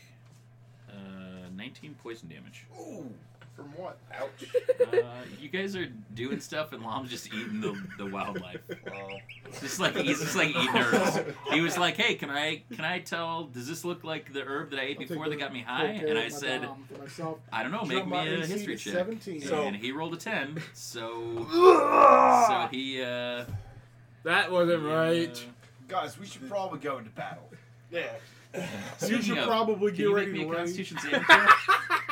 Speaker 4: uh, 19 poison damage.
Speaker 7: Ooh. From what? Ouch.
Speaker 4: Uh, you guys are doing stuff, and Lom's just eating the, the wildlife.
Speaker 7: Well,
Speaker 4: It's Just like he's just like eating herbs. He was like, "Hey, can I can I tell? Does this look like the herb that I ate
Speaker 3: I'll take
Speaker 4: before
Speaker 3: the
Speaker 4: that got me high?"
Speaker 3: Okay,
Speaker 4: And I
Speaker 3: my
Speaker 4: said,
Speaker 3: dom for myself.
Speaker 4: "I don't know. Make
Speaker 3: Jump my
Speaker 4: me a
Speaker 3: AC
Speaker 4: history
Speaker 3: to
Speaker 4: check."
Speaker 3: 17.
Speaker 7: So-
Speaker 4: and he rolled a ten. So so he uh,
Speaker 9: That wasn't right.
Speaker 7: guys, we should probably go into battle.
Speaker 2: Yeah.
Speaker 3: You
Speaker 4: speaking
Speaker 3: should
Speaker 4: of,
Speaker 3: probably
Speaker 4: can
Speaker 3: get
Speaker 4: you
Speaker 3: ready
Speaker 4: make me
Speaker 3: to
Speaker 4: a
Speaker 3: lay-
Speaker 4: Constitution saving throw?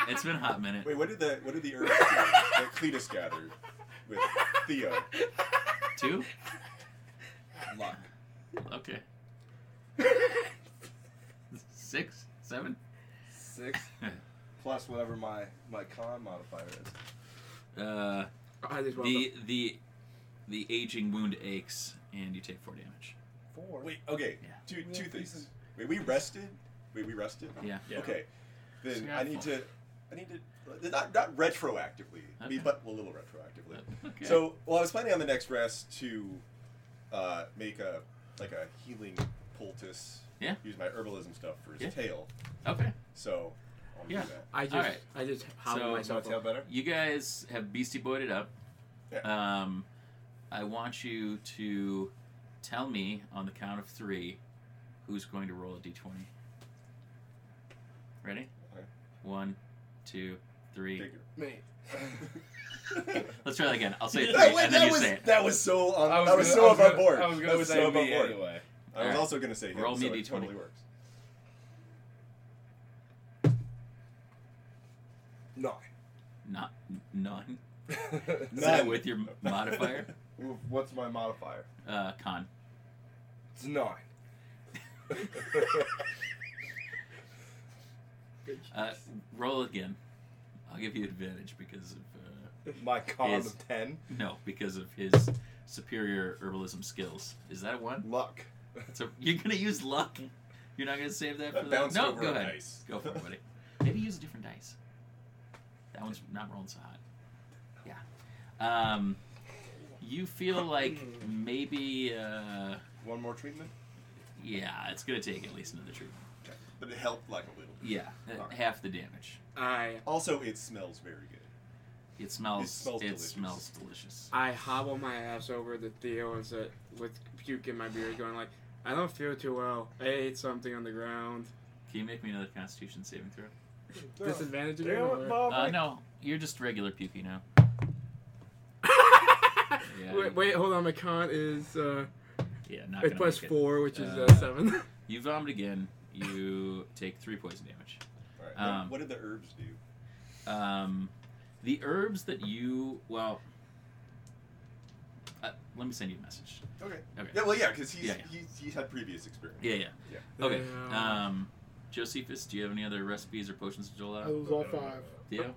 Speaker 4: It's been a hot minute.
Speaker 6: Wait, what did the what did the herbs do that Cletus gathered with Theo?
Speaker 4: Two.
Speaker 7: Luck.
Speaker 4: Okay. Six, seven.
Speaker 7: Six plus whatever my my con modifier is.
Speaker 4: Uh,
Speaker 9: I just want
Speaker 4: the the the aging wound aches, and you take four damage.
Speaker 7: Four.
Speaker 6: Wait, okay,
Speaker 4: Yeah.
Speaker 6: two two things. Wait, we rested. Wait, we rested.
Speaker 4: Yeah.
Speaker 8: Yeah.
Speaker 6: Okay, then I need to,
Speaker 4: Scaffold.
Speaker 6: I need to, uh, not not retroactively, I
Speaker 4: Okay.
Speaker 6: mean, but a little retroactively.
Speaker 4: Okay.
Speaker 6: So, well, I was planning on the next rest to uh, make a like a healing poultice.
Speaker 4: Yeah.
Speaker 6: Use my herbalism stuff for his
Speaker 4: Yeah.
Speaker 6: tail.
Speaker 4: okay.
Speaker 6: So. I'll
Speaker 4: Yeah.
Speaker 6: Do that.
Speaker 9: I just
Speaker 4: Alright.
Speaker 9: I just hobbled
Speaker 4: So-
Speaker 9: myself up.
Speaker 7: better?
Speaker 4: You guys have Beastie Boyed it up. Um, I want you to tell me on the count of three who's going to roll a d20. Ready?
Speaker 6: Okay.
Speaker 4: One, two, Three.
Speaker 6: Digger.
Speaker 7: Me.
Speaker 4: Let's try that again. I'll say three,
Speaker 6: That, wait,
Speaker 4: and then
Speaker 6: that
Speaker 4: you
Speaker 6: was
Speaker 4: say it.
Speaker 6: that was so on,
Speaker 2: I was
Speaker 6: that was
Speaker 2: gonna-
Speaker 6: so
Speaker 2: I was
Speaker 6: above
Speaker 2: gonna-
Speaker 6: board.
Speaker 2: I was gonna
Speaker 6: that was
Speaker 2: say
Speaker 6: so above
Speaker 2: me
Speaker 6: board.
Speaker 2: anyway.
Speaker 6: I was
Speaker 4: Alright.
Speaker 6: also gonna say him,
Speaker 4: Roll
Speaker 6: so
Speaker 4: me
Speaker 6: it
Speaker 4: D20.
Speaker 6: totally works.
Speaker 7: Nine.
Speaker 4: Not none. Is that
Speaker 7: Nine.
Speaker 4: with your modifier?
Speaker 7: What's my modifier?
Speaker 4: Uh, con.
Speaker 7: It's nine.
Speaker 4: Uh, roll again. I'll give you advantage because of uh,
Speaker 7: my con
Speaker 4: Is-
Speaker 7: of ten.
Speaker 4: no, because of his superior herbalism skills. Is that one?
Speaker 7: Luck.
Speaker 4: So you're gonna use luck. You're not gonna save that,
Speaker 6: That
Speaker 4: for
Speaker 6: bounced
Speaker 4: the no.
Speaker 6: over
Speaker 4: go
Speaker 6: a
Speaker 4: ahead.
Speaker 6: dice.
Speaker 4: Go for it, buddy. Maybe use a different dice. That one's not rolling so hot. Yeah. Um, you feel like maybe uh,
Speaker 7: One more treatment.
Speaker 4: yeah, it's gonna take at least another treatment.
Speaker 6: But it helped like a little. bit.
Speaker 4: Yeah, uh,
Speaker 6: Alright.
Speaker 4: half the damage.
Speaker 9: I
Speaker 6: Also, it smells very good.
Speaker 4: It smells. It smells delicious.
Speaker 6: smells delicious.
Speaker 9: I hobble my ass over to Theo and said, with puke in my beard, going like, I don't feel too well. I ate something on the ground.
Speaker 4: Can you make me another Constitution saving throw?
Speaker 9: Disadvantage again?
Speaker 5: Damn
Speaker 9: or-
Speaker 5: it, Bob.
Speaker 4: Uh, no, you're just regular pukey now. Yeah,
Speaker 9: wait, wait, hold on. My con is uh,
Speaker 4: yeah, not
Speaker 9: it's
Speaker 4: gonna
Speaker 9: plus
Speaker 4: make it.
Speaker 9: four, which is
Speaker 4: Uh,
Speaker 9: uh, seven.
Speaker 4: You vomit again. You take three poison damage.
Speaker 6: All right.
Speaker 4: Um,
Speaker 6: what did the herbs do?
Speaker 4: Um, the herbs that you well, uh, let me send you a message.
Speaker 6: Okay.
Speaker 4: Okay.
Speaker 6: Yeah. Well, yeah, because he's
Speaker 4: Yeah,
Speaker 6: he's he's had previous experience.
Speaker 4: Yeah, yeah.
Speaker 9: Yeah. Uh,
Speaker 4: Okay.
Speaker 9: Yeah.
Speaker 4: Um, Josephus, do you have any other recipes or potions to dole
Speaker 3: That
Speaker 4: out?
Speaker 3: was all five.
Speaker 4: Theo?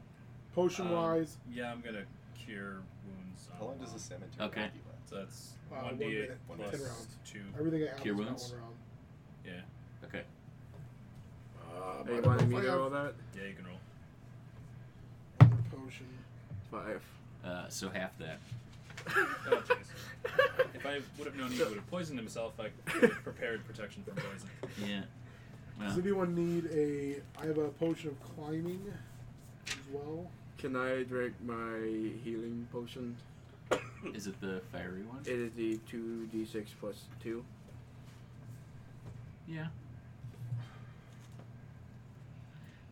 Speaker 3: Potion
Speaker 8: Um,
Speaker 3: wise,
Speaker 8: Yeah, I'm gonna cure wounds. on
Speaker 6: How long does
Speaker 8: Lon.
Speaker 6: a cemetery
Speaker 4: Okay.
Speaker 6: you last?
Speaker 8: So that's
Speaker 3: Uh, one
Speaker 8: one d8
Speaker 3: minute,
Speaker 8: plus
Speaker 3: 10 rounds.
Speaker 8: two.
Speaker 3: everything I have
Speaker 4: Cure
Speaker 3: is about
Speaker 4: wounds?
Speaker 3: one round.
Speaker 4: Okay.
Speaker 7: Uh,
Speaker 9: Hey, you wanted me
Speaker 3: Five.
Speaker 9: to roll that?
Speaker 8: Yeah, you can roll.
Speaker 3: Another potion.
Speaker 9: Five.
Speaker 4: Uh, so half that.
Speaker 8: Oh, jeez. if I would have known he would have poisoned himself, I could have prepared protection from poison.
Speaker 4: Yeah.
Speaker 3: Does
Speaker 4: Well,
Speaker 3: anyone need a? I have a potion of climbing as well.
Speaker 9: Can I drink my healing potion?
Speaker 4: is it the fiery one?
Speaker 9: It is the two d six plus two.
Speaker 4: Yeah.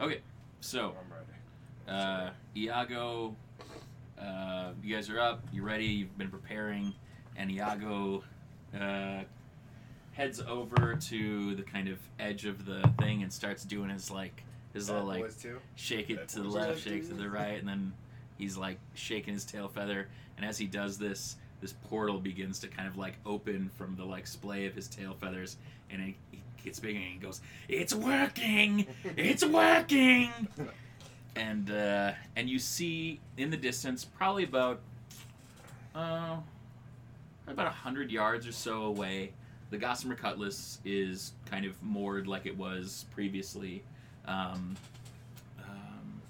Speaker 4: Okay, so
Speaker 7: I'm ready.
Speaker 4: uh, Iago, uh, you guys are up. You're ready. You've been preparing, and Iago uh, heads over to the kind of edge of the thing and starts doing his like his little like
Speaker 7: was two.
Speaker 4: shake it
Speaker 6: That
Speaker 4: to the
Speaker 6: was
Speaker 4: left,
Speaker 7: it.
Speaker 4: shake to the right, and then he's like shaking his tail feather. And as he does this, this portal begins to kind of like open from the like splay of his tail feathers, and it, it gets bigger and he goes, "It's working! It's working!" and uh, and you see in the distance, probably about uh, about a hundred yards or so away, the Gossamer Cutlass is kind of moored like it was previously. Um, um,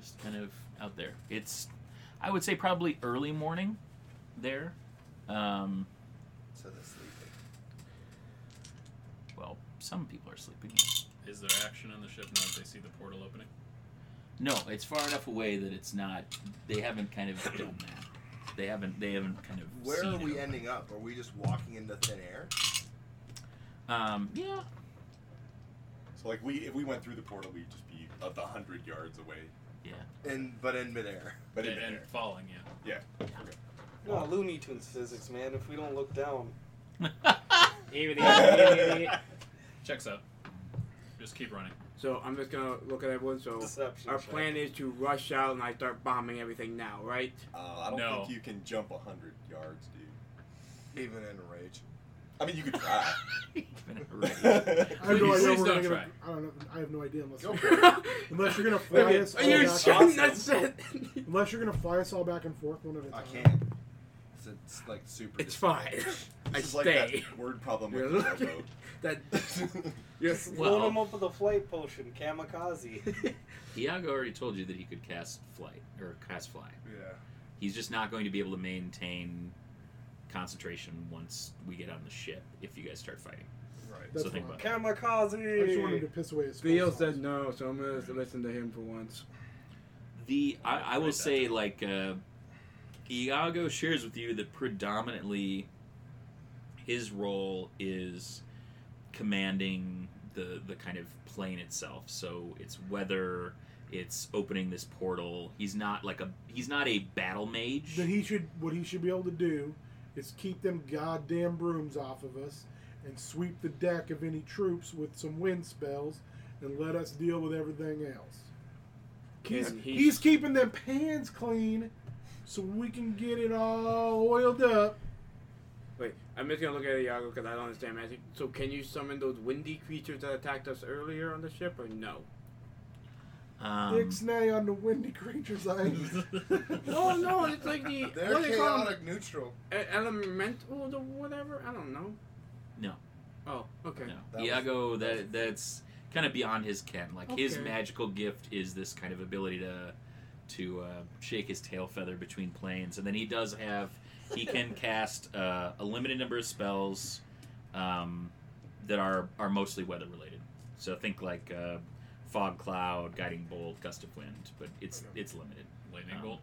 Speaker 4: just kind of out there. It's, I would say, probably early morning there. Um,
Speaker 7: So they're sleeping.
Speaker 4: well, some people are sleeping.
Speaker 8: Is there action on the ship now that they see the portal opening?
Speaker 4: No, it's far enough away that it's not. They haven't kind of done that. They haven't. They haven't kind of.
Speaker 7: Where
Speaker 4: seen
Speaker 7: are we
Speaker 4: it.
Speaker 7: ending up? Are we just walking into thin air?
Speaker 4: Um, yeah,
Speaker 6: So like we if we went through the portal, we'd just be of the hundred yards away.
Speaker 4: yeah.
Speaker 7: In but in midair.
Speaker 6: But in
Speaker 8: and, and
Speaker 6: midair.
Speaker 8: falling, yeah.
Speaker 2: No, Looney Tunes physics, man. If we don't look down,
Speaker 8: Checks out. Just keep running.
Speaker 9: So I'm just gonna look at everyone. So
Speaker 2: deception.
Speaker 9: our
Speaker 2: check.
Speaker 9: plan is to rush out and I start bombing everything now, right?
Speaker 6: Uh, I don't
Speaker 8: No.
Speaker 6: think you can jump hundred yards, dude.
Speaker 7: Even in a rage.
Speaker 6: I mean, you could try.
Speaker 4: Been already.
Speaker 6: Alright,
Speaker 3: I have no
Speaker 8: Please
Speaker 3: idea. where
Speaker 8: don't
Speaker 3: we're gonna
Speaker 8: try.
Speaker 3: I don't know. I have no idea unless
Speaker 7: Go
Speaker 3: you're,
Speaker 7: for it.
Speaker 3: unless you're gonna fly us. All
Speaker 9: You're
Speaker 3: back,
Speaker 9: shooting that shit.
Speaker 3: Unless you're gonna fly us all back and forth one at a time.
Speaker 7: I can't. It's, it's like super.
Speaker 9: It's fine. I
Speaker 6: This is like
Speaker 9: stay.
Speaker 6: that word problem
Speaker 9: You're
Speaker 6: with the
Speaker 9: looking-
Speaker 6: boat.
Speaker 9: that
Speaker 2: Just
Speaker 9: yes.
Speaker 2: load
Speaker 4: Well-
Speaker 2: him up with a flight potion, kamikaze.
Speaker 4: Iago already told you that he could cast flight or cast fly.
Speaker 7: Yeah.
Speaker 4: He's just not going to be able to maintain concentration once we get on the ship if you guys start fighting.
Speaker 7: Right.
Speaker 3: That's
Speaker 4: so think
Speaker 3: fine.
Speaker 4: about it.
Speaker 3: I just wanted
Speaker 2: kamikaze.
Speaker 3: to piss away his.
Speaker 9: Theo
Speaker 3: phone
Speaker 9: said
Speaker 3: calls.
Speaker 9: no, so I'm gonna listen to him for once.
Speaker 4: The I, I will
Speaker 8: Write that
Speaker 4: say like uh, Iago shares with you that predominantly his role is commanding the the kind of plane itself. So it's whether It's opening this portal. He's not like a he's not a battle mage.
Speaker 3: Then he should what he should be able to do is keep them goddamn brooms off of us and sweep the deck of any troops with some wind spells and let us deal with everything else. He's,
Speaker 9: And
Speaker 3: he's,
Speaker 9: he's-
Speaker 3: keeping them pans clean so we can get it all oiled up.
Speaker 9: Wait, I'm just gonna look at Iago because I don't understand magic. So can you summon those windy creatures that attacked us earlier on the ship, or no?
Speaker 4: Um,
Speaker 3: Ixnay on the windy creatures. I
Speaker 9: No, no, it's like the
Speaker 7: They're
Speaker 9: what do they call them?
Speaker 7: chaotic neutral.
Speaker 9: E- elemental, or whatever. I don't know.
Speaker 4: No.
Speaker 9: Oh, okay.
Speaker 4: No.
Speaker 7: That was-
Speaker 4: Iago, that that's kind of beyond his ken. Like his
Speaker 9: Okay.
Speaker 4: magical gift is this kind of ability to to uh, shake his tail feather between planes, and then he does have he can cast uh, a limited number of spells um, that are are mostly weather related. So think like uh, fog cloud, guiding bolt, gust of wind, but it's it's limited.
Speaker 8: Lightning
Speaker 4: Um,
Speaker 8: bolt.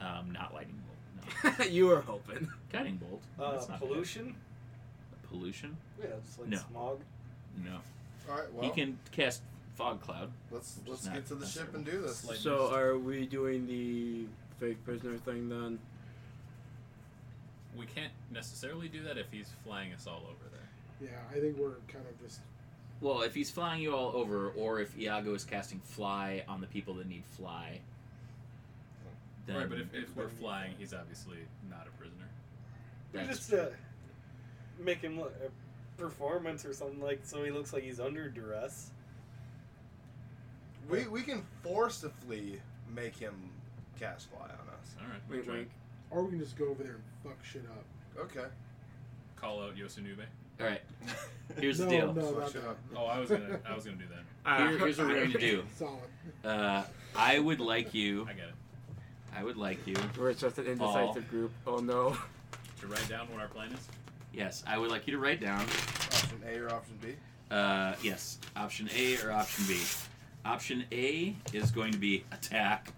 Speaker 4: Um, not lightning bolt. No.
Speaker 9: you were hoping.
Speaker 4: guiding bolt.
Speaker 2: Uh,
Speaker 4: That's not bad.
Speaker 2: pollution?
Speaker 4: Pollution.
Speaker 2: Yeah, just like
Speaker 4: No.
Speaker 2: smog.
Speaker 4: No.
Speaker 7: All right, well,
Speaker 4: he can cast fog cloud.
Speaker 7: let's
Speaker 4: Just
Speaker 7: let's
Speaker 4: not-
Speaker 7: get to the
Speaker 4: not
Speaker 7: ship
Speaker 4: sure.
Speaker 7: and do this.
Speaker 8: Slight-
Speaker 9: So uh, are we doing the fake prisoner thing then?
Speaker 8: We can't necessarily do that if he's flying us all over there.
Speaker 3: yeah, I think we're kind of just
Speaker 4: Well, if he's flying you all over, or if Iago is casting fly on the people that need fly. Then
Speaker 8: right, but if, if we're flying, he's obviously not a prisoner.
Speaker 4: that's-
Speaker 2: just uh, make him look a performance or something like so he looks like he's under duress.
Speaker 7: We we can forcibly make him cast fly on us.
Speaker 8: All right, we
Speaker 9: Wink,
Speaker 8: try
Speaker 9: wink.
Speaker 3: or we can just go over there and fuck shit up.
Speaker 7: Okay.
Speaker 8: call out Yosunube.
Speaker 4: all right, here's
Speaker 3: no,
Speaker 4: the deal.
Speaker 3: No,
Speaker 7: Fuck
Speaker 3: not
Speaker 7: shit
Speaker 3: that.
Speaker 7: up.
Speaker 8: Oh, I was gonna, I was gonna do that.
Speaker 9: Ah.
Speaker 4: Here- here's what we're going to do.
Speaker 3: Solid.
Speaker 4: Uh, I would like you.
Speaker 8: I get it.
Speaker 4: I would like you.
Speaker 9: We're just an indecisive group. Oh no.
Speaker 8: To write down what our plan is.
Speaker 4: Yes, I would like you to write down.
Speaker 7: Option A or option B?
Speaker 4: Uh, yes, option A or option B. Option A is going to be attack.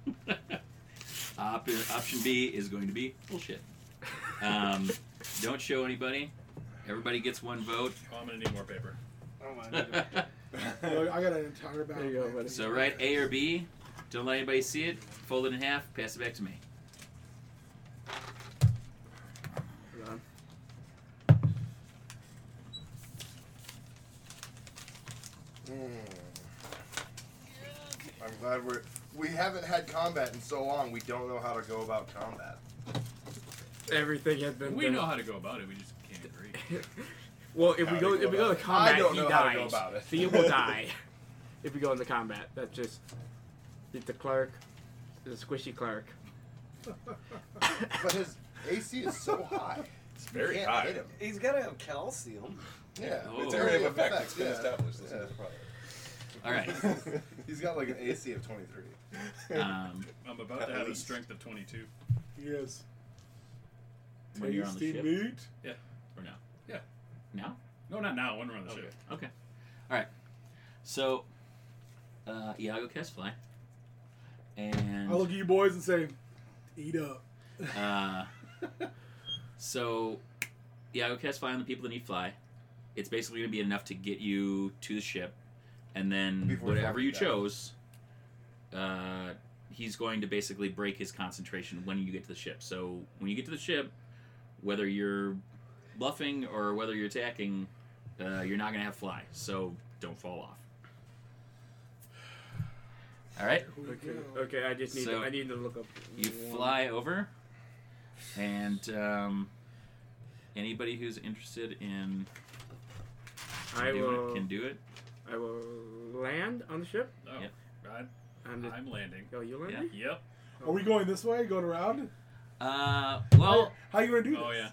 Speaker 4: Op- option B is going to be bullshit. Um, don't show anybody. Everybody gets one vote.
Speaker 8: Oh, I'm gonna need more paper.
Speaker 2: Oh my god.
Speaker 4: so
Speaker 3: Look, I got an entire battle.
Speaker 9: you go,
Speaker 3: plan.
Speaker 9: buddy.
Speaker 4: write A or B. Don't let anybody see it. Fold it in half. Pass it back to me.
Speaker 9: Hold on.
Speaker 7: Hmm. I'm glad we're we haven't had combat in so long. We don't know how to go about combat.
Speaker 9: Everything had been.
Speaker 8: We
Speaker 9: done.
Speaker 8: know how to go about it. We just can't agree.
Speaker 9: Well, if
Speaker 7: How
Speaker 9: we
Speaker 7: to
Speaker 9: go,
Speaker 7: go
Speaker 9: if we go
Speaker 7: about
Speaker 9: to
Speaker 7: it.
Speaker 9: combat,
Speaker 7: I don't
Speaker 9: he
Speaker 7: know
Speaker 9: dies.
Speaker 7: how to go about it.
Speaker 9: Thea will die if we go into combat. That's just beat the clerk, the squishy clerk.
Speaker 7: But his AC is so high.
Speaker 6: It's
Speaker 7: you
Speaker 6: very
Speaker 7: can't
Speaker 6: high.
Speaker 7: Hit him.
Speaker 2: He's gotta have calcium.
Speaker 7: Yeah.
Speaker 4: Oh.
Speaker 7: It's
Speaker 4: Area
Speaker 7: already
Speaker 6: Area of effect. It's been
Speaker 7: yeah.
Speaker 6: established. This
Speaker 7: Yeah.
Speaker 6: is the
Speaker 4: All right.
Speaker 7: He's got like an AC of 23.
Speaker 4: Um,
Speaker 8: I'm about
Speaker 6: At
Speaker 8: to have a
Speaker 6: least.
Speaker 8: strength of 22.
Speaker 3: Yes.
Speaker 4: when you're on the
Speaker 3: Tasty
Speaker 4: ship
Speaker 3: meat.
Speaker 4: or no?
Speaker 8: Yeah.
Speaker 4: Now?
Speaker 8: No, not now. When we're on the
Speaker 4: Okay.
Speaker 8: ship.
Speaker 4: Okay. All right. So, uh, Iago casts fly, and
Speaker 3: I look at you boys and say, "Eat up."
Speaker 4: Uh, so, Iago casts fly on the people that need fly. It's basically going to be enough to get you to the ship, and then
Speaker 7: Before
Speaker 4: whatever
Speaker 7: Foggy
Speaker 4: you
Speaker 7: dies.
Speaker 4: chose, uh, he's going to basically break his concentration when you get to the ship. So when you get to the ship, whether you're bluffing or whether you're attacking, uh, you're not going to have fly. So don't fall off. All right.
Speaker 3: Here we
Speaker 9: Okay,
Speaker 3: go.
Speaker 9: okay. I just need.
Speaker 4: So-
Speaker 9: to, I need to look up.
Speaker 4: You
Speaker 9: one-
Speaker 4: fly over, and um, anybody who's interested in
Speaker 9: I
Speaker 4: doing
Speaker 9: will.
Speaker 4: it can do it.
Speaker 9: I will land on the ship.
Speaker 8: Oh,
Speaker 4: Yep.
Speaker 8: I'm,
Speaker 9: I'm just.
Speaker 8: I'm landing.
Speaker 9: Oh, you
Speaker 4: Yeah.
Speaker 9: landing?
Speaker 8: Yep.
Speaker 3: Are we going this way? Going around?
Speaker 4: Uh,
Speaker 3: How,
Speaker 4: well,
Speaker 3: how you gonna do this?
Speaker 8: Oh yeah.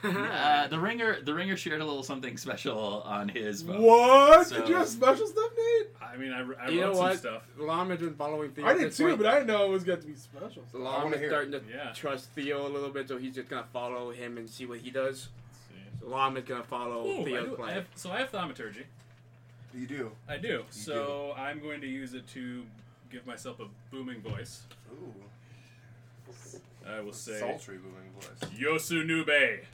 Speaker 4: uh, the ringer, the ringer shared a little something special on his. vote.
Speaker 3: What?
Speaker 4: So-
Speaker 3: Did you have special stuff, Nate?
Speaker 8: I mean, I, I
Speaker 9: You know
Speaker 8: wrote some
Speaker 9: what?
Speaker 8: stuff.
Speaker 9: Lom has been following Theo.
Speaker 3: I
Speaker 9: at
Speaker 3: did
Speaker 9: this
Speaker 3: too,
Speaker 9: point.
Speaker 3: but I didn't know it was got to be special. stuff.
Speaker 7: I
Speaker 9: Lom
Speaker 7: wanna
Speaker 9: is
Speaker 7: hear
Speaker 9: starting to
Speaker 8: Yeah.
Speaker 9: trust Theo a little bit, so he's just gonna follow him and see what he does.
Speaker 8: Let's see.
Speaker 9: So Lom is gonna follow
Speaker 8: Ooh, I
Speaker 9: Theo's
Speaker 8: do- I
Speaker 9: plan.
Speaker 8: have- so I have thaumaturgy.
Speaker 7: You do.
Speaker 8: I do. So I'm going to use it to give myself a booming voice.
Speaker 7: Ooh.
Speaker 8: I will say,
Speaker 7: Sultry booming voice.
Speaker 8: Yosunube,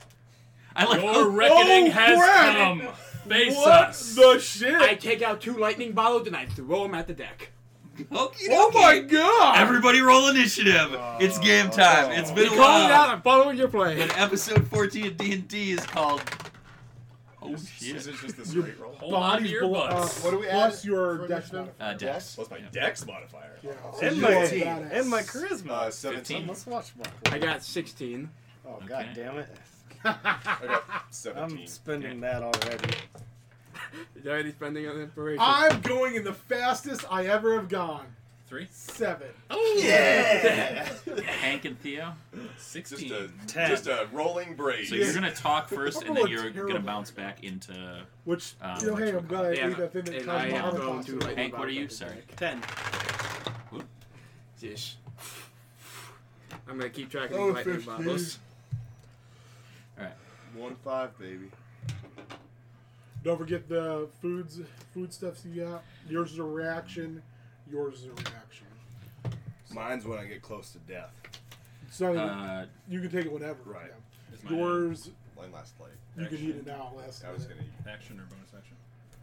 Speaker 4: I like.
Speaker 8: your reckoning
Speaker 3: oh,
Speaker 8: has
Speaker 3: crap!
Speaker 8: come. Face
Speaker 3: what
Speaker 8: us.
Speaker 3: the shit?
Speaker 9: I take out two lightning bollards and I throw them at the deck.
Speaker 10: Okie
Speaker 9: Oh
Speaker 10: dokie.
Speaker 9: my god!
Speaker 10: Everybody roll initiative. it's game time. It's
Speaker 9: You
Speaker 10: been a
Speaker 9: called it out.
Speaker 10: while.
Speaker 9: I'm following your play.
Speaker 10: And episode 14 of D&D is called... Oh
Speaker 6: Is
Speaker 10: shit.
Speaker 6: it just a straight roll?
Speaker 8: Hold on to your
Speaker 3: blo- uh,
Speaker 8: butts.
Speaker 7: What do we add?
Speaker 3: plus your
Speaker 7: for Oh,
Speaker 3: dex
Speaker 7: initiative?
Speaker 3: modifier.
Speaker 10: Uh, Dex.
Speaker 6: What's my dex modifier?
Speaker 3: Yeah. So
Speaker 5: And
Speaker 3: you
Speaker 5: my,
Speaker 3: are badass.
Speaker 5: and my charisma.
Speaker 6: Uh, 17.
Speaker 5: Let's watch Buckle.
Speaker 9: I got 16.
Speaker 5: Oh,
Speaker 4: Okay.
Speaker 5: god damn it.
Speaker 6: I got
Speaker 5: I'm
Speaker 6: 17.
Speaker 5: spending that already.
Speaker 9: Is already spending on inspiration.
Speaker 3: I'm going in the fastest I ever have gone.
Speaker 8: Three,
Speaker 3: Seven.
Speaker 6: yeah!
Speaker 4: Hank and Theo.
Speaker 6: just,
Speaker 8: sixteen.
Speaker 6: a,
Speaker 5: Ten.
Speaker 6: just a rolling braid.
Speaker 4: So you're gonna talk first, and then
Speaker 3: Everyone's
Speaker 4: you're gonna
Speaker 3: terrible.
Speaker 4: bounce back into
Speaker 3: Which
Speaker 4: Um,
Speaker 3: you know, hey, I'm glad I
Speaker 9: Yeah,
Speaker 3: read that thing that
Speaker 9: and
Speaker 3: comes
Speaker 9: I am
Speaker 3: out
Speaker 9: going
Speaker 3: of
Speaker 9: to
Speaker 3: the-
Speaker 9: like-
Speaker 4: Hank. What are you? Sorry.
Speaker 5: Ten.
Speaker 9: Dish. I'm gonna keep track of
Speaker 3: Oh,
Speaker 9: these lightning
Speaker 3: 15.
Speaker 9: bottles.
Speaker 7: One five, baby.
Speaker 3: Don't forget the foods, food stuffs you got. Yours is a reaction. Yours is a reaction.
Speaker 7: Mine's when I get close to death.
Speaker 3: So
Speaker 4: Uh,
Speaker 3: you can take it whenever.
Speaker 7: right.
Speaker 8: Is
Speaker 3: yeah.
Speaker 8: my
Speaker 3: Yours,
Speaker 6: One last play.
Speaker 3: you can eat
Speaker 8: action.
Speaker 3: it now. Last
Speaker 6: I was
Speaker 3: minute.
Speaker 6: gonna eat.
Speaker 8: action or bonus action?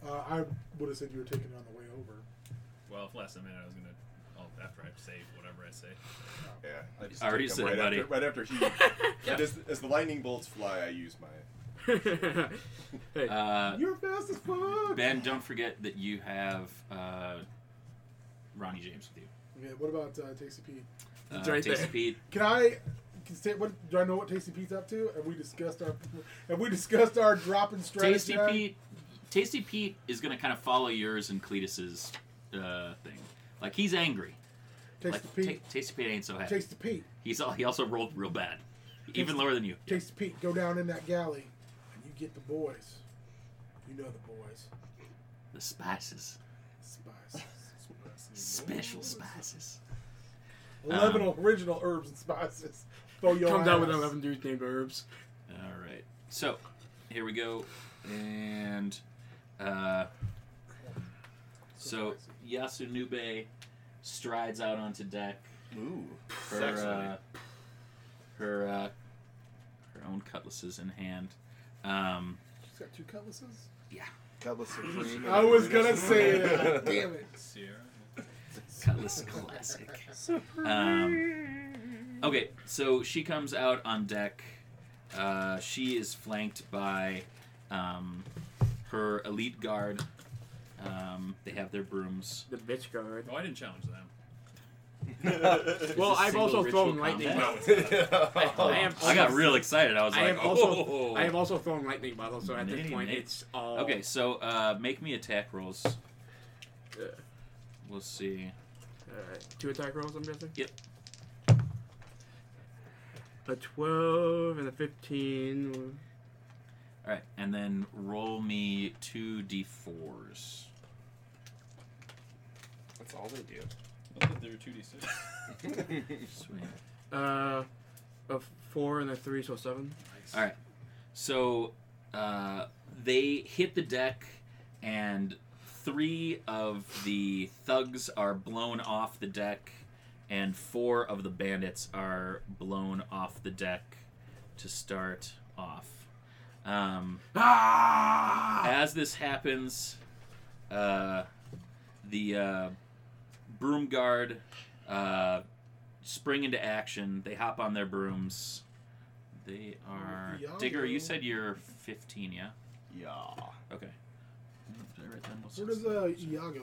Speaker 3: Uh, I would have said you were taking it on the way over.
Speaker 8: Well, if last minute I was gonna, oh, after I save whatever I say.
Speaker 6: Yeah. I just
Speaker 4: I already
Speaker 6: take
Speaker 4: said,
Speaker 6: them right
Speaker 4: buddy.
Speaker 6: After, right after he. as, as the lightning bolts fly, I use my.
Speaker 9: hey,
Speaker 4: uh,
Speaker 3: You're fast as fuck.
Speaker 4: ben, don't forget that you have uh, Ronnie James with you.
Speaker 3: Yeah, what about uh, Tasty Pete?
Speaker 4: Uh,
Speaker 9: It's right
Speaker 4: Tasty
Speaker 9: there.
Speaker 4: Pete.
Speaker 3: Can I? Can say, what, do I know what Tasty Pete's up to? Have we discussed our? Have we discussed our dropping strategy?
Speaker 4: Tasty Pete. Tasty Pete is gonna kind of follow yours and Cletus's uh, thing. Like he's angry.
Speaker 3: Tasty
Speaker 4: like
Speaker 3: Pete.
Speaker 4: Ta- Tasty Pete ain't so happy.
Speaker 3: Tasty Pete.
Speaker 4: He's all, he also rolled real bad, even lower than you.
Speaker 3: Tasty Pete, go down in that galley, and you get the boys. You know the boys.
Speaker 4: The spices,
Speaker 3: Spices.
Speaker 4: special spices.
Speaker 3: Eleven
Speaker 4: Um,
Speaker 3: original herbs and spices. Throw your
Speaker 9: comes out with
Speaker 3: ass.
Speaker 9: 11 dudes named Herbs.
Speaker 4: All right. So, here we go. And uh, so Yasunube strides out onto deck.
Speaker 7: Ooh.
Speaker 4: Her uh, her uh, her own cutlasses in hand. Um,
Speaker 3: She's got two cutlasses.
Speaker 7: Cutlass Supreme.
Speaker 3: I was gonna say that. Damn it.
Speaker 8: Sierra.
Speaker 4: cutlass classic. Um, okay, so she comes out on deck. Uh, she is flanked by um, her elite guard. Um, they have their brooms.
Speaker 9: The bitch guard.
Speaker 8: Oh, I didn't challenge them.
Speaker 9: Well,
Speaker 4: It's a
Speaker 9: I've also
Speaker 4: single
Speaker 9: thrown
Speaker 4: ritual
Speaker 9: lightning
Speaker 4: combat.
Speaker 9: bottles. I
Speaker 7: I
Speaker 9: am
Speaker 4: I got
Speaker 9: also-
Speaker 4: real excited. I was
Speaker 9: I
Speaker 4: like,
Speaker 9: have
Speaker 4: oh.
Speaker 9: also I have also thrown lightning bottles, so at this
Speaker 4: Nitty
Speaker 9: point
Speaker 4: nitty.
Speaker 9: it's all
Speaker 4: Okay, so uh, make me attack rolls.
Speaker 9: Yeah.
Speaker 4: We'll see.
Speaker 9: Alright, uh, two attack rolls, I'm guessing.
Speaker 4: Yep.
Speaker 9: A twelve and a fifteen.
Speaker 4: All right, and then roll me two d4s.
Speaker 7: That's all they do.
Speaker 8: I thought they were two d six.
Speaker 4: Sweet.
Speaker 9: Uh, a four and a three, so seven.
Speaker 4: All right. So uh, they hit the deck, and three of the thugs are blown off the deck, and four of the bandits are blown off the deck to start off. Um, As this happens, uh, the uh, broom guard uh, spring into action. They hop on their brooms. They are.
Speaker 3: Yellow.
Speaker 4: Digger, you said you're 15, yeah?
Speaker 7: Yeah.
Speaker 4: Okay. Did I write that? What's
Speaker 3: Where does uh, Iago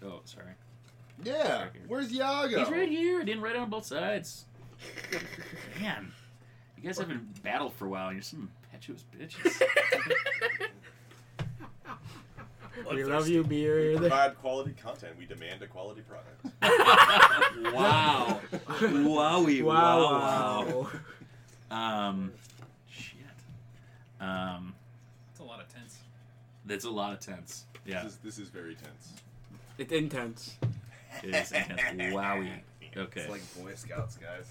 Speaker 3: go?
Speaker 4: Oh, sorry.
Speaker 7: Yeah.
Speaker 4: Right here.
Speaker 7: Where's Yago?
Speaker 4: He's right here. I didn't write it on both sides. Man, you guys haven't battled for a while. and You're some impetuous bitches.
Speaker 9: We love you, beard.
Speaker 6: Provide quality content. We demand a quality product.
Speaker 4: wow. Wowie. wow.
Speaker 9: Wow!
Speaker 4: Um, shit. Um,
Speaker 8: That's a lot of tense.
Speaker 4: that's a lot of tense. Yeah.
Speaker 6: This, is, this is very tense.
Speaker 9: It's intense.
Speaker 4: It is intense. Wowie. Okay.
Speaker 7: It's like Boy Scouts, guys.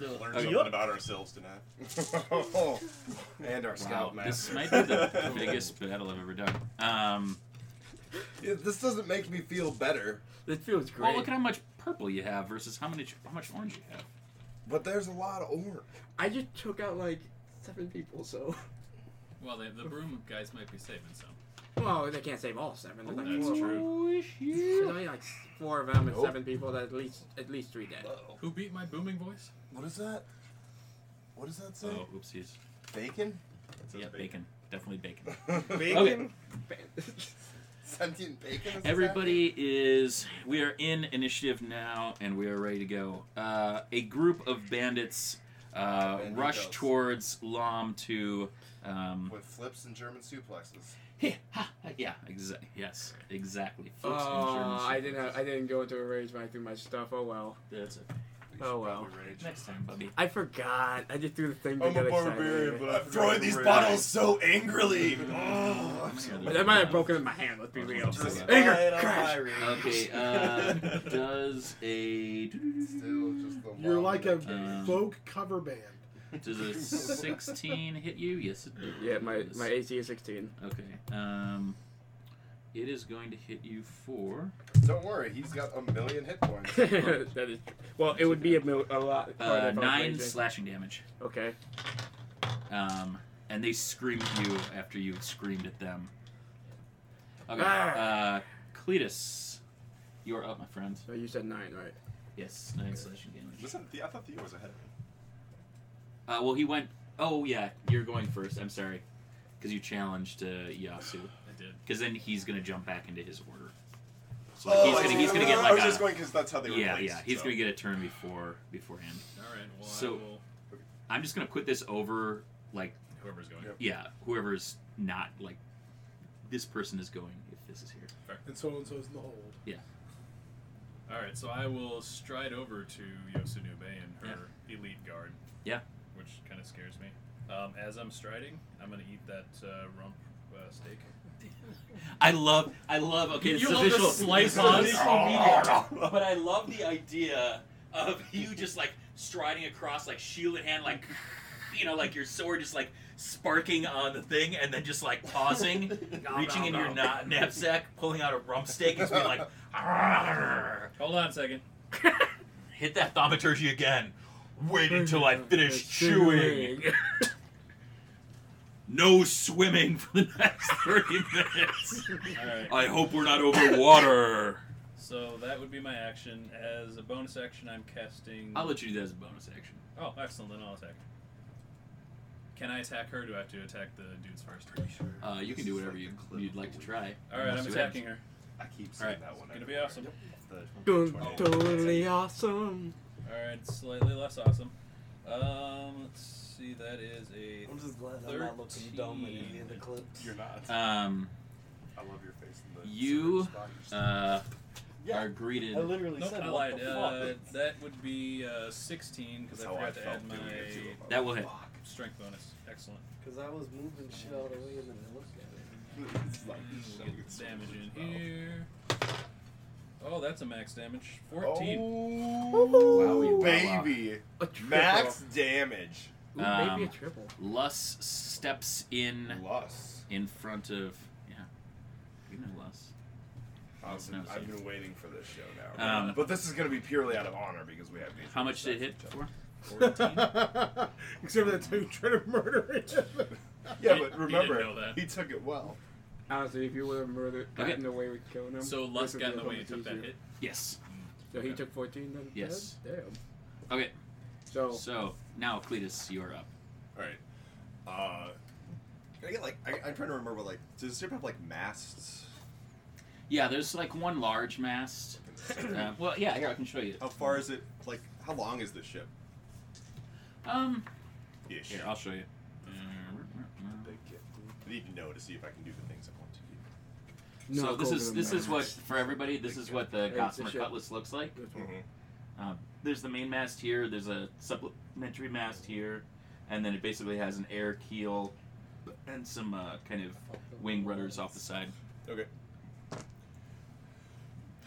Speaker 6: Learn
Speaker 4: Okay.
Speaker 6: something about ourselves tonight.
Speaker 7: Oh. and our
Speaker 4: Wow,
Speaker 7: scout
Speaker 4: this
Speaker 7: master.
Speaker 4: might be the biggest battle I've ever done. Um,
Speaker 7: Yeah, this doesn't make me feel better,
Speaker 9: It feels
Speaker 4: well,
Speaker 9: great.
Speaker 4: oh, look at how much purple you have versus how many how much orange you have.
Speaker 7: but there's a lot of orange.
Speaker 9: I just took out like seven people, so
Speaker 8: Well, they, the broom guys might be saving some.
Speaker 9: Well, they can't save all seven. There's like
Speaker 6: That's
Speaker 9: four Of
Speaker 6: true.
Speaker 9: them. There's only like four of them and
Speaker 7: Nope.
Speaker 9: seven people. That at least at least three dead.
Speaker 8: Who beat my booming voice?
Speaker 7: What is that? What does that say?
Speaker 4: Oh, oopsies.
Speaker 7: Bacon?
Speaker 4: Yeah, bacon. Definitely bacon.
Speaker 5: Bacon?
Speaker 9: Oh,
Speaker 7: Sentient bacon? is
Speaker 4: Everybody is. We are in initiative now, and we are ready to go. Uh, a group of bandits uh,
Speaker 7: Banditos.
Speaker 4: rush towards Lom to. Um,
Speaker 7: attacking? With flips and German suplexes.
Speaker 4: yeah, exa- yes, exactly.
Speaker 9: Oh,
Speaker 4: Folks in German
Speaker 9: I
Speaker 4: suits.
Speaker 9: didn't have, I didn't go into a rage when I threw my stuff. Oh well.
Speaker 4: That's it.
Speaker 7: You
Speaker 9: Oh,
Speaker 7: should
Speaker 9: well.
Speaker 7: probably rage.
Speaker 4: Next time, Bubby.
Speaker 9: I forgot. I just threw the thing together.
Speaker 7: but I'm
Speaker 6: Throwing these bottles so angrily. Oh,
Speaker 9: That might have broken in my hand. Let's be real.
Speaker 4: Okay,
Speaker 9: Anger,
Speaker 7: Right on
Speaker 9: crash.
Speaker 7: my rage.
Speaker 4: uh, does a
Speaker 7: Still just the
Speaker 3: You're
Speaker 7: long
Speaker 3: like a
Speaker 7: neck.
Speaker 4: Um,
Speaker 3: folk cover band.
Speaker 4: does a sixteen hit you? Yes, it does.
Speaker 9: Yeah, my my AC is 16.
Speaker 4: Okay. Um, it is going to hit you for.
Speaker 7: Don't worry, he's got a million hit points.
Speaker 9: that is well, it would be a, mil- a lot. harder
Speaker 4: Uh,
Speaker 9: if I was
Speaker 4: nine
Speaker 9: raging.
Speaker 4: slashing damage.
Speaker 9: Okay.
Speaker 4: Um, and they scream at you after you screamed at them. Okay.
Speaker 9: Ah.
Speaker 4: Uh, Cletus, you are up, my friend.
Speaker 9: So you said nine, right?
Speaker 4: Yes, nine slashing damage.
Speaker 6: Listen, the, I thought Theo was ahead of me.
Speaker 4: Uh, well, he went. Oh yeah, you're going first. I'm sorry, because you challenged uh, Yasu.
Speaker 8: I did.
Speaker 4: Because then he's gonna jump back into his order. So
Speaker 6: Oh,
Speaker 4: he's
Speaker 6: I
Speaker 4: gonna
Speaker 6: see.
Speaker 4: he's gonna
Speaker 6: No,
Speaker 4: get
Speaker 6: no,
Speaker 4: like
Speaker 6: I was
Speaker 4: a
Speaker 6: just going because that's how they were
Speaker 4: yeah
Speaker 6: placed,
Speaker 4: yeah he's
Speaker 6: so.
Speaker 4: gonna get a turn before beforehand.
Speaker 8: All right. Well,
Speaker 4: So-
Speaker 8: I will,
Speaker 4: I'm just gonna put this over like
Speaker 8: whoever's going.
Speaker 7: Yep.
Speaker 4: yeah whoever's not like this person is going if this is here.
Speaker 3: And so and so is in the hold.
Speaker 8: All right. So I will stride over to Yosunube and her elite guard.
Speaker 4: Yeah.
Speaker 8: Which kind of scares me. Um, as I'm striding, I'm gonna eat that uh, rump uh, steak.
Speaker 4: I love I love okay this
Speaker 8: You
Speaker 4: is
Speaker 8: love the
Speaker 4: official
Speaker 8: slice
Speaker 4: this is
Speaker 8: on
Speaker 4: official media, but I love the idea of you just like striding across like shield in hand like you know like your sword just like sparking on the thing and then just like pausing reaching in your na- knapsack pulling out a rump steak and just being like "Arrgh."
Speaker 8: Hold on a second.
Speaker 4: hit that thaumaturgy again wait until I finish chewing no swimming for the next 30 minutes
Speaker 8: All right.
Speaker 4: I hope we're not over water
Speaker 8: So that would be my action. As a bonus action, I'm casting.
Speaker 4: I'll let you do that as a bonus action
Speaker 8: Oh, excellent. Then I'll attack. Can I attack her? Or do I have to attack the dudes first?
Speaker 4: Uh, you can do whatever you,
Speaker 6: clip
Speaker 4: you'd like to try.
Speaker 8: All right,
Speaker 4: Let's
Speaker 8: I'm
Speaker 4: do it.
Speaker 8: attacking her.
Speaker 6: I keep
Speaker 4: All
Speaker 6: saying
Speaker 4: right.
Speaker 6: that one.
Speaker 8: Gonna be awesome.
Speaker 9: Dun,
Speaker 6: Oh.
Speaker 9: totally awesome.
Speaker 8: All right, slightly less awesome. Um, let's see. That is a.
Speaker 2: I'm just glad
Speaker 8: I'm not looking dumb in any of the
Speaker 2: clips.
Speaker 6: You're not.
Speaker 8: Uh,
Speaker 4: Um,
Speaker 6: I love your face. In the
Speaker 4: You,
Speaker 6: spot you just-
Speaker 4: uh,
Speaker 2: Yeah.
Speaker 4: are greeted.
Speaker 2: I literally
Speaker 8: Nope,
Speaker 2: said
Speaker 8: I
Speaker 2: what
Speaker 8: lied.
Speaker 2: the fuck.
Speaker 8: Uh, that would be uh, 16 because
Speaker 6: That's
Speaker 8: I
Speaker 6: how I
Speaker 8: forgot to
Speaker 6: felt
Speaker 8: add my
Speaker 6: doing it too. I'm like,
Speaker 4: That will hit.
Speaker 6: fuck.
Speaker 8: strength bonus. Excellent.
Speaker 2: Because I was moving shit out of the way and then I looked at it.
Speaker 6: It's like,
Speaker 8: We'll
Speaker 6: showing
Speaker 8: Mm, get
Speaker 6: its
Speaker 8: the damage
Speaker 6: surface
Speaker 8: in
Speaker 6: mouth.
Speaker 8: here. Oh, that's a max damage.
Speaker 6: Oh.
Speaker 8: 14.
Speaker 4: Wowie, wow,
Speaker 7: Oh,
Speaker 4: wow.
Speaker 7: baby.
Speaker 9: A triple.
Speaker 7: Max damage.
Speaker 9: Ooh, maybe a
Speaker 4: Um,
Speaker 9: triple.
Speaker 4: Lus steps in
Speaker 7: Plus.
Speaker 4: in front of. Yeah. You know Lus.
Speaker 7: I've
Speaker 4: That's no
Speaker 7: been, I've
Speaker 4: sense.
Speaker 7: been waiting for this show now.
Speaker 8: Uh,
Speaker 4: Um,
Speaker 7: but this is going to be purely out of honor because we have these.
Speaker 4: How much did it hit for?
Speaker 8: 14.
Speaker 3: Except for that two trying to murder each other.
Speaker 7: Yeah,
Speaker 8: He-
Speaker 7: but
Speaker 8: he
Speaker 7: remember,
Speaker 8: didn't know that.
Speaker 7: he took it well.
Speaker 9: Honestly, if you would have murdered,
Speaker 4: Okay.
Speaker 9: gotten away with killing him.
Speaker 8: so
Speaker 9: this
Speaker 8: Lust
Speaker 9: would
Speaker 8: got
Speaker 9: be
Speaker 8: in the
Speaker 9: a
Speaker 8: way and
Speaker 9: lot
Speaker 8: took that
Speaker 9: easier.
Speaker 8: hit.
Speaker 4: Yes.
Speaker 9: So he took 14 then?
Speaker 4: Yes.
Speaker 9: Damn.
Speaker 4: Okay.
Speaker 9: So,
Speaker 4: So now Cletus, you are up.
Speaker 6: All right. Uh, can I get like? I, I'm trying to remember. Like, does this ship have like masts?
Speaker 4: Yeah, there's like one large mast. Uh, well, yeah, here I can show you.
Speaker 6: How far is it? Like, how long is this ship?
Speaker 4: Um,
Speaker 6: Ish.
Speaker 4: here I'll show you. Uh,
Speaker 6: I need to know to see if I can do the things I want to do.
Speaker 4: So
Speaker 9: knock
Speaker 4: this
Speaker 9: over
Speaker 4: is
Speaker 9: the
Speaker 4: this is what
Speaker 9: mast.
Speaker 4: for everybody. This is what the
Speaker 9: It's a
Speaker 4: Gossamer
Speaker 9: ship.
Speaker 4: Cutlass looks like.
Speaker 9: This one.
Speaker 4: Um, there's the main mast here. There's a supplementary mast here, and then it basically has an air keel and some uh, kind of wing rudders off the side.
Speaker 6: Okay.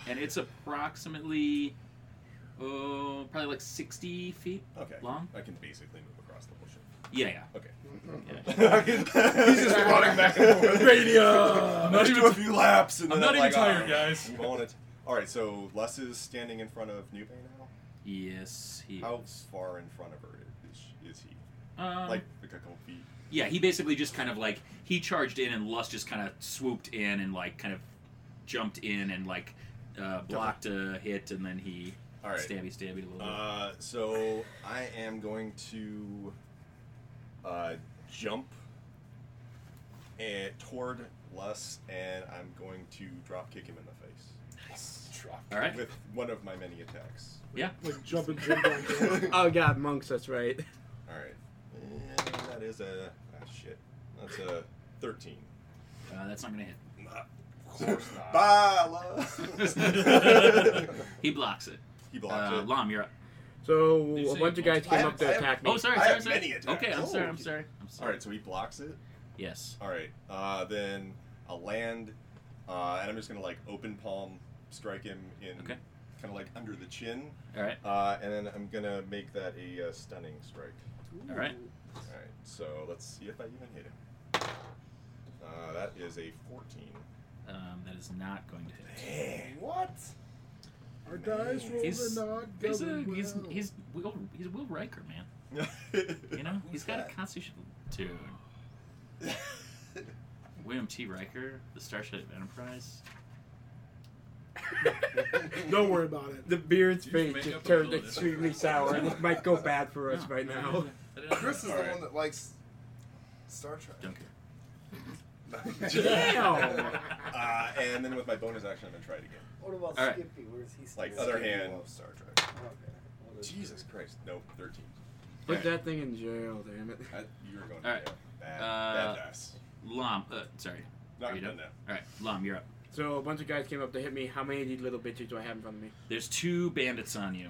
Speaker 4: And it's approximately, oh, probably like 60 feet
Speaker 6: Okay.
Speaker 4: long.
Speaker 6: I can basically move across the whole ship.
Speaker 4: Yeah, yeah.
Speaker 6: He's just running back and forth.
Speaker 8: Radio!
Speaker 6: Let's do a few laps. And
Speaker 8: I'm
Speaker 6: then
Speaker 8: not even
Speaker 6: like,
Speaker 8: tired,
Speaker 6: "Ah,
Speaker 8: guys."
Speaker 6: I'm on it. All right. So Les is standing in front of Nube now.
Speaker 4: Yes, he.
Speaker 6: How
Speaker 4: is.
Speaker 6: far in front of her is, is he?
Speaker 4: Um,
Speaker 6: Like, like a couple feet.
Speaker 4: Yeah, he basically just kind of like he charged in and Lust just kind of swooped in and like kind of jumped in and like uh, blocked a hit and then he
Speaker 6: All right.
Speaker 4: stabby stabby a little bit.
Speaker 6: Uh, so I am going to uh, jump and toward Les, and I'm going to drop kick him in the face.
Speaker 7: Drop.
Speaker 4: All right.
Speaker 6: With one of my many attacks.
Speaker 4: Yeah.
Speaker 3: Like jumping, jumping.
Speaker 9: Oh god, monks. That's right.
Speaker 6: All right. And that is a ah, shit. That's a thirteen.
Speaker 4: Uh, that's not gonna hit.
Speaker 6: Of course not.
Speaker 7: Bye, love.
Speaker 4: He blocks it.
Speaker 6: he blocked
Speaker 4: Uh,
Speaker 6: it.
Speaker 4: Lom, you're up.
Speaker 9: So
Speaker 8: Did you
Speaker 9: a
Speaker 8: say
Speaker 9: bunch of guys
Speaker 8: multiple-
Speaker 9: came
Speaker 7: I
Speaker 9: up to
Speaker 7: have- I have-
Speaker 9: attack me.
Speaker 4: Oh, sorry,
Speaker 6: I
Speaker 4: sorry,
Speaker 6: have
Speaker 4: sorry.
Speaker 6: many attacks.
Speaker 4: okay, I'm
Speaker 6: Oh,
Speaker 4: sorry, I'm
Speaker 6: okay.
Speaker 4: sorry. I'm sorry.
Speaker 6: All right. So he blocks it.
Speaker 4: Yes.
Speaker 6: All right. Uh, then I'll land, uh, and I'm just gonna like open palm strike him in
Speaker 4: Okay.
Speaker 6: kind of like under the chin,
Speaker 4: All right.
Speaker 6: uh, and then I'm gonna make that a uh, stunning strike.
Speaker 4: All right.
Speaker 6: All right. So let's see if I even hit him. Uh, that is a 14.
Speaker 4: Um, that is not going to hit.
Speaker 7: what?
Speaker 3: Our dice roll
Speaker 4: He's
Speaker 3: are not
Speaker 4: he's, a,
Speaker 3: governed
Speaker 4: he's,
Speaker 3: well.
Speaker 4: he's Will he's Will Riker, man. You know he's got a constitution too. William T. Riker, the Starship Enterprise.
Speaker 3: Don't worry about it.
Speaker 9: The beard's
Speaker 8: You should
Speaker 9: face
Speaker 8: make
Speaker 9: just
Speaker 8: up a
Speaker 9: turned
Speaker 8: little bit.
Speaker 9: extremely sour, and it might go bad for us
Speaker 4: No.
Speaker 9: right now.
Speaker 8: I didn't know
Speaker 7: Chris is
Speaker 6: All
Speaker 7: the
Speaker 6: right.
Speaker 7: one that likes Star Trek.
Speaker 4: Don't care.
Speaker 9: Damn!
Speaker 6: Uh, and then with my bonus action, I'm gonna try it again.
Speaker 11: What about
Speaker 4: All right.
Speaker 11: Skippy? Where's he?
Speaker 6: Like
Speaker 11: still?
Speaker 6: other hand.
Speaker 7: Love Star Trek.
Speaker 11: Okay. What is-
Speaker 6: Jesus Christ. Nope. 13.
Speaker 9: Put that thing in jail, damn it.
Speaker 6: That, you're going.
Speaker 4: All right.
Speaker 6: to jail. Bad,
Speaker 4: Uh,
Speaker 6: bad dice.
Speaker 4: Lom, uh, sorry.
Speaker 6: Not
Speaker 4: you
Speaker 6: done
Speaker 4: done?
Speaker 6: now.
Speaker 4: All right, Lom, you're up.
Speaker 9: So a bunch of guys came up to hit me. How many of these little bitches do I have in front of me?
Speaker 4: There's two bandits on you.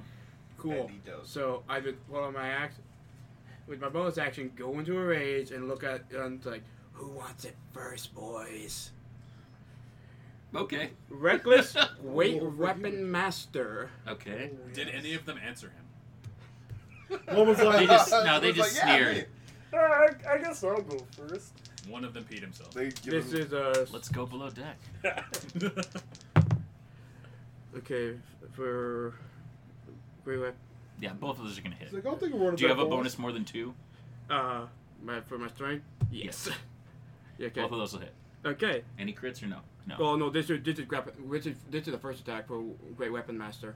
Speaker 9: Cool.
Speaker 7: Banditos.
Speaker 9: So I would pull on my axe with my bonus action, go into a rage, and look at and like, who wants it first, boys?
Speaker 4: Okay.
Speaker 9: Reckless weight
Speaker 3: Over
Speaker 9: weapon master.
Speaker 4: Okay.
Speaker 8: Did any of them answer him?
Speaker 3: What was
Speaker 4: They
Speaker 3: that?
Speaker 4: just no, they
Speaker 7: It's like,
Speaker 4: just
Speaker 7: yeah,
Speaker 4: sneered.
Speaker 7: me.
Speaker 11: Uh, I, I guess I'll go first.
Speaker 8: One of them peed himself.
Speaker 7: They give
Speaker 9: This
Speaker 7: him-
Speaker 9: is a
Speaker 4: Let's go below deck.
Speaker 9: okay for great weapon.
Speaker 4: Yeah, both of those are gonna hit.
Speaker 3: It's like, I don't think we're
Speaker 4: Do you have a bonus more than two?
Speaker 9: Uh, my for my strength. Yes. Yeah, okay.
Speaker 4: Both of those will hit.
Speaker 9: Okay.
Speaker 4: Any crits or no? No.
Speaker 9: Well, no, this is this is grap- this is this is the first attack for great weapon master,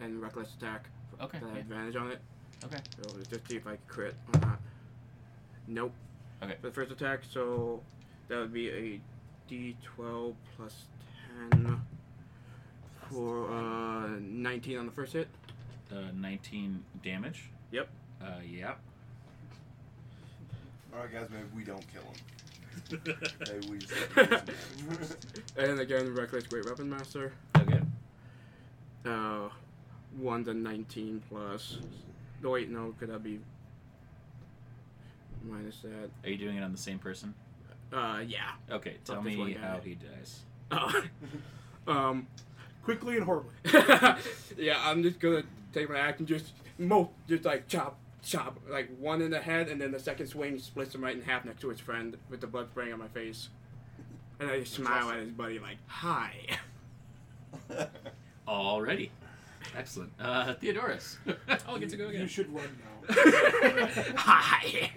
Speaker 9: and reckless attack.
Speaker 4: Okay,
Speaker 9: Can I have
Speaker 4: yeah.
Speaker 9: advantage on it?
Speaker 4: Okay.
Speaker 9: So let's just see if I can crit or not. Nope.
Speaker 4: Okay.
Speaker 9: For the first attack, so that would be a D12 plus 10 for uh 19 on the first hit.
Speaker 4: Uh, 19 damage.
Speaker 9: Yep.
Speaker 4: Uh, yeah.
Speaker 7: All right, guys, maybe we don't kill him. maybe we just let him do some damage first.
Speaker 9: And again, reckless great weapon master.
Speaker 4: Okay.
Speaker 9: Uh, one to 19 plus. No, wait, no, could that be minus that?
Speaker 4: Are you doing it on the same person?
Speaker 9: Uh, yeah.
Speaker 4: Okay. Tell
Speaker 9: Fuck this one
Speaker 4: me
Speaker 9: guy.
Speaker 4: how he dies.
Speaker 9: Uh, um,
Speaker 3: Quickly and horribly.
Speaker 9: yeah, I'm just gonna take my axe and just mo just like chop, chop, like one in the head, and then the second swing splits him right in half next to his friend with the blood spraying on my face. And I just smile at his buddy like, "Hi."
Speaker 4: Alrighty. Excellent. Uh, Theodorus.
Speaker 8: I'll get Oh, to go
Speaker 3: You
Speaker 8: again.
Speaker 3: should run now.
Speaker 9: Hi.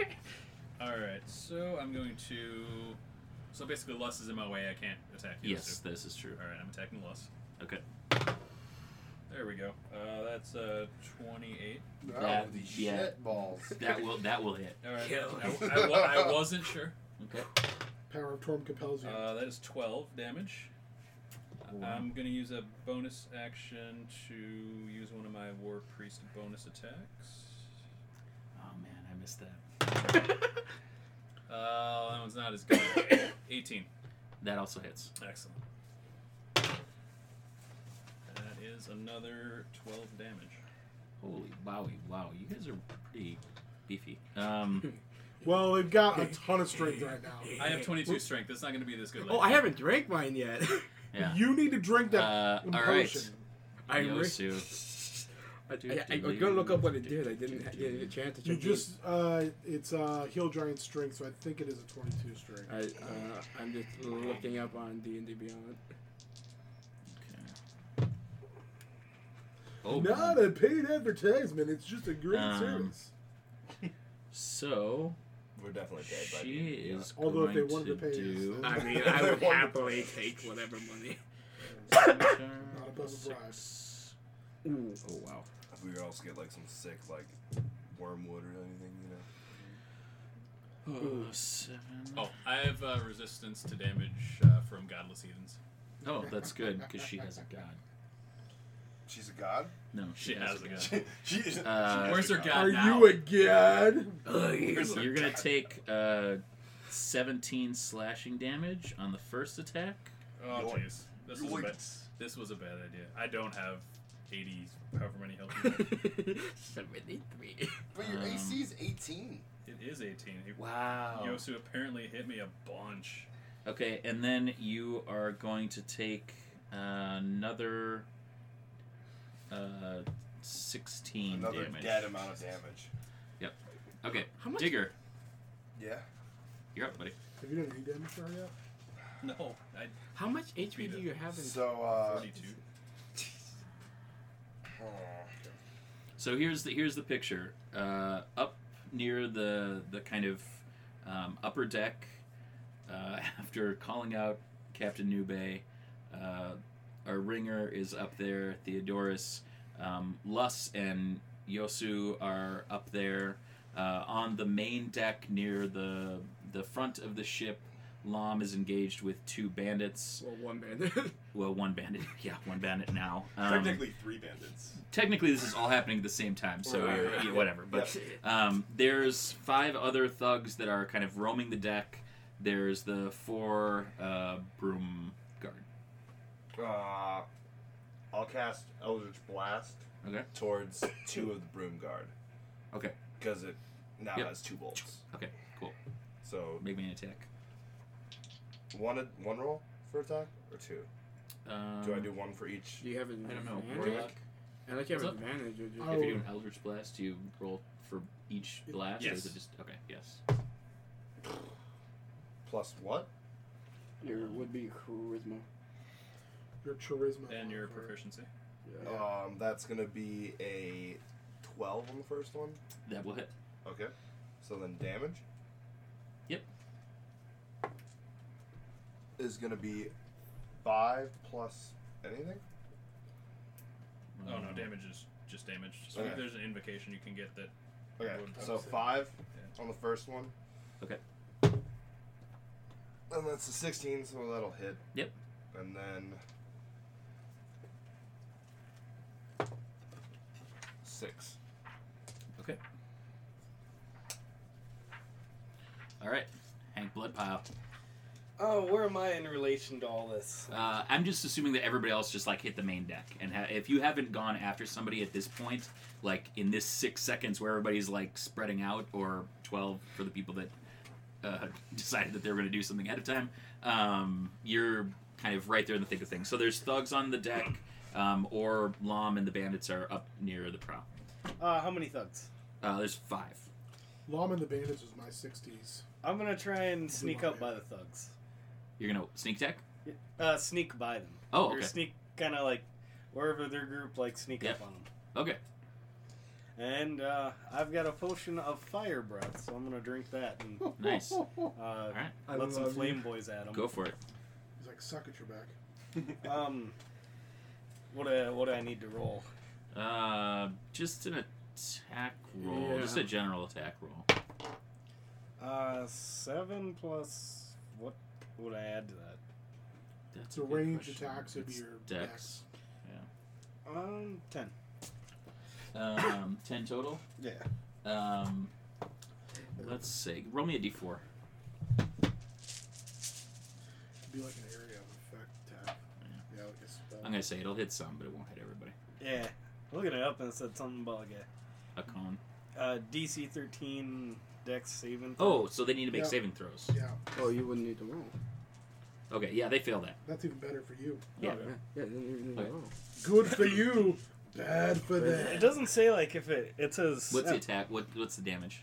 Speaker 8: Alright, so I'm going to. So basically, Lust is in my way. I can't attack you.
Speaker 4: yes, this is true.
Speaker 8: Alright, I'm attacking Lust.
Speaker 4: Okay.
Speaker 8: There we go. Uh, that's uh, 28.
Speaker 4: That-
Speaker 7: oh, these
Speaker 4: yeah.
Speaker 7: shit balls.
Speaker 4: That will that will hit.
Speaker 8: Alright.
Speaker 9: Kill.
Speaker 8: I, I wa- I wasn't sure.
Speaker 4: Okay.
Speaker 3: Power of Torm compels you.
Speaker 8: Uh, that is 12 damage.
Speaker 3: Um,
Speaker 8: I'm going to use a bonus action to use one of my War Priest bonus attacks.
Speaker 4: Oh man, I missed that.
Speaker 8: Uh, that one's not as good. 18.
Speaker 4: That also hits.
Speaker 8: Excellent. That is another 12 damage.
Speaker 4: Holy wowie, wow! You guys are pretty beefy. Um,
Speaker 3: well, they've got a ton of strength right now.
Speaker 8: I have 22 strength. That's not going to be this good.
Speaker 9: oh, I haven't drank mine yet.
Speaker 4: yeah.
Speaker 3: You need to drink that
Speaker 4: Uh, all right.
Speaker 3: potion.
Speaker 9: I, re-
Speaker 4: Yosu.
Speaker 9: I, I, I, was gonna look up what it did. I didn't ha- get a chance to.
Speaker 3: You
Speaker 9: check
Speaker 3: just, uh, it's uh, Heal Giant strength, so I think it is a 22 strength.
Speaker 9: it. I, uh, I'm just looking up on D and D Beyond.
Speaker 4: Oh,
Speaker 3: Not a paid advertisement, it's just a great
Speaker 4: Um,
Speaker 3: service.
Speaker 4: so
Speaker 7: we're definitely dead by
Speaker 4: She
Speaker 7: the end.
Speaker 4: is
Speaker 3: Although if they
Speaker 4: going
Speaker 3: wanted to pay us,
Speaker 4: do.
Speaker 3: then-
Speaker 9: I mean, I would
Speaker 7: Wonderful.
Speaker 9: happily take whatever money.
Speaker 3: Not above a bribe.
Speaker 9: Ooh, oh wow.
Speaker 7: If we also get like some sick like wormwood or anything, you know.
Speaker 4: Oh, seven.
Speaker 8: Oh, I have uh, resistance to damage uh, from godless heathens.
Speaker 4: Oh, that's good because she has a god.
Speaker 7: She's a god.
Speaker 4: No, she,
Speaker 8: She has a god.
Speaker 7: she she is.
Speaker 4: Uh,
Speaker 8: Where's her god
Speaker 3: Are
Speaker 8: now?
Speaker 3: you a god?
Speaker 4: Ugh,
Speaker 7: Where's her
Speaker 4: you're gonna
Speaker 7: god?
Speaker 4: take uh, 17 slashing damage on the first attack.
Speaker 8: Oh jeez, this was a bad.
Speaker 7: Yoinks.
Speaker 8: This was a bad idea. I don't have 80, however many health. you have.
Speaker 9: Seventy-three.
Speaker 7: But your
Speaker 4: Um,
Speaker 7: AC is 18.
Speaker 8: it is 18. He-
Speaker 4: Wow.
Speaker 8: Yosu apparently hit me a bunch.
Speaker 4: Okay, and then you are going to take another uh, 16
Speaker 7: Another
Speaker 4: damage.
Speaker 7: dead amount of damage.
Speaker 4: Okay,
Speaker 9: How much-
Speaker 4: Digger,
Speaker 7: Yeah.
Speaker 4: you're up, buddy.
Speaker 3: Have you done any damage for her yet?
Speaker 8: No, I
Speaker 9: How much HP do you have in?
Speaker 7: So uh,
Speaker 8: 42.
Speaker 7: uh,
Speaker 4: So here's the here's the picture. Uh, up near the the kind of um, upper deck, uh, after calling out Captain Nube, uh, our ringer is up there. Theodorus, um, Lus, and Yosu are up there. Uh, on the main deck near the the front of the ship, Lam is engaged with two bandits.
Speaker 9: Well, one bandit.
Speaker 4: Well, one bandit, yeah, one bandit now. Um,
Speaker 6: Technically, three bandits.
Speaker 4: technically this is all happening at the same time so
Speaker 9: Right,
Speaker 4: you're-
Speaker 9: right.
Speaker 4: yeah, whatever but um, there's five other thugs that are kind of roaming the deck there's the four uh, broom guard
Speaker 7: uh, I'll cast Eldritch Blast
Speaker 4: okay
Speaker 7: towards two of the Broom Guard.
Speaker 4: Okay.
Speaker 7: Because it now
Speaker 4: Yep.
Speaker 7: has two bolts.
Speaker 4: okay cool
Speaker 7: So
Speaker 4: make me an attack
Speaker 7: one a- one roll for attack or two.
Speaker 4: um,
Speaker 7: Do I do one for each?
Speaker 9: Do you have an
Speaker 4: I don't know
Speaker 9: advantage?
Speaker 4: warlock
Speaker 9: I like you have
Speaker 4: What's
Speaker 9: an advantage. or do you-
Speaker 3: Oh.
Speaker 4: if you do an eldritch blast do you roll for each blast or is
Speaker 8: Yes.
Speaker 4: it just okay yes
Speaker 7: Plus what?
Speaker 9: Your would be charisma.
Speaker 3: Your charisma.
Speaker 8: And your
Speaker 3: modifier.
Speaker 8: proficiency.
Speaker 3: Yeah.
Speaker 7: Um, that's gonna be a twelve on the first one.
Speaker 4: that will hit
Speaker 7: Okay. So then damage.
Speaker 4: Yep.
Speaker 7: Is gonna be five plus anything.
Speaker 8: Oh no, damage is just damage. So
Speaker 7: Okay.
Speaker 8: if there's an invocation you can get that.
Speaker 7: Okay.
Speaker 8: Would-
Speaker 7: So five on the first one.
Speaker 4: Okay.
Speaker 7: And that's a sixteen, so that'll hit.
Speaker 4: Yep.
Speaker 7: And then six.
Speaker 4: okay all right hank bloodpile
Speaker 5: Oh, where am I in relation to all this?
Speaker 4: Uh, I'm just assuming that everybody else just like hit the main deck, and ha- if you haven't gone after somebody at this point, like in this six seconds where everybody's like spreading out, or twelve for the people that uh, decided that they were going to do something ahead of time, um, you're kind of right there in the thick of things. So there's thugs on the deck, um, or Lom and the bandits are up near the prow.
Speaker 5: Uh, how many thugs?
Speaker 4: Uh, there's five.
Speaker 3: Lom and the Bandits was my 60s.
Speaker 5: I'm gonna try and sneak up by the thugs.
Speaker 4: You're gonna sneak attack.
Speaker 5: Uh, sneak by them.
Speaker 4: Oh,
Speaker 5: Or
Speaker 4: okay.
Speaker 5: sneak kind of like wherever their group like sneak up
Speaker 4: Yeah.
Speaker 5: on them.
Speaker 4: Okay.
Speaker 5: And uh, I've got a potion of fire breath, so I'm gonna drink that and
Speaker 4: Nice.
Speaker 5: uh,
Speaker 4: right.
Speaker 3: I
Speaker 5: let some
Speaker 3: love
Speaker 5: flame
Speaker 3: you.
Speaker 5: boys at them.
Speaker 4: Go for it.
Speaker 3: He's like, suck at your back.
Speaker 5: Um, what do, what do I need to roll?
Speaker 4: Uh, just an attack roll.
Speaker 9: Yeah.
Speaker 4: Just a general attack roll.
Speaker 5: Uh, seven plus what would I add to that?
Speaker 4: That's
Speaker 3: So
Speaker 4: a good
Speaker 3: range
Speaker 4: question.
Speaker 3: attacks would be
Speaker 4: It's
Speaker 3: your
Speaker 4: dex.
Speaker 5: Um, ten.
Speaker 4: Um, ten total.
Speaker 5: Yeah.
Speaker 4: Um, let's see. Roll me a d4.
Speaker 3: It'd be like an area of effect attack. Yeah, uh, like a spell.
Speaker 4: I'm gonna say it'll hit some, but it won't hit everybody.
Speaker 5: Yeah. Looking it up and it said something about like
Speaker 4: A cone.
Speaker 5: a uh, DC 13 Dex saving. throw.
Speaker 4: Oh, so they need to make
Speaker 3: Yeah.
Speaker 4: saving throws.
Speaker 3: Yeah,
Speaker 9: Oh, you wouldn't need to roll.
Speaker 4: Okay, yeah, they fail that.
Speaker 3: that's even better for you.
Speaker 4: Yeah.
Speaker 9: Yeah, yeah, you didn't even need Oh, to
Speaker 4: Okay.
Speaker 9: roll.
Speaker 3: Good for you, bad for
Speaker 5: It
Speaker 3: them.
Speaker 5: doesn't say like if it. It says
Speaker 4: What's the
Speaker 5: uh,
Speaker 4: attack? What What's the damage?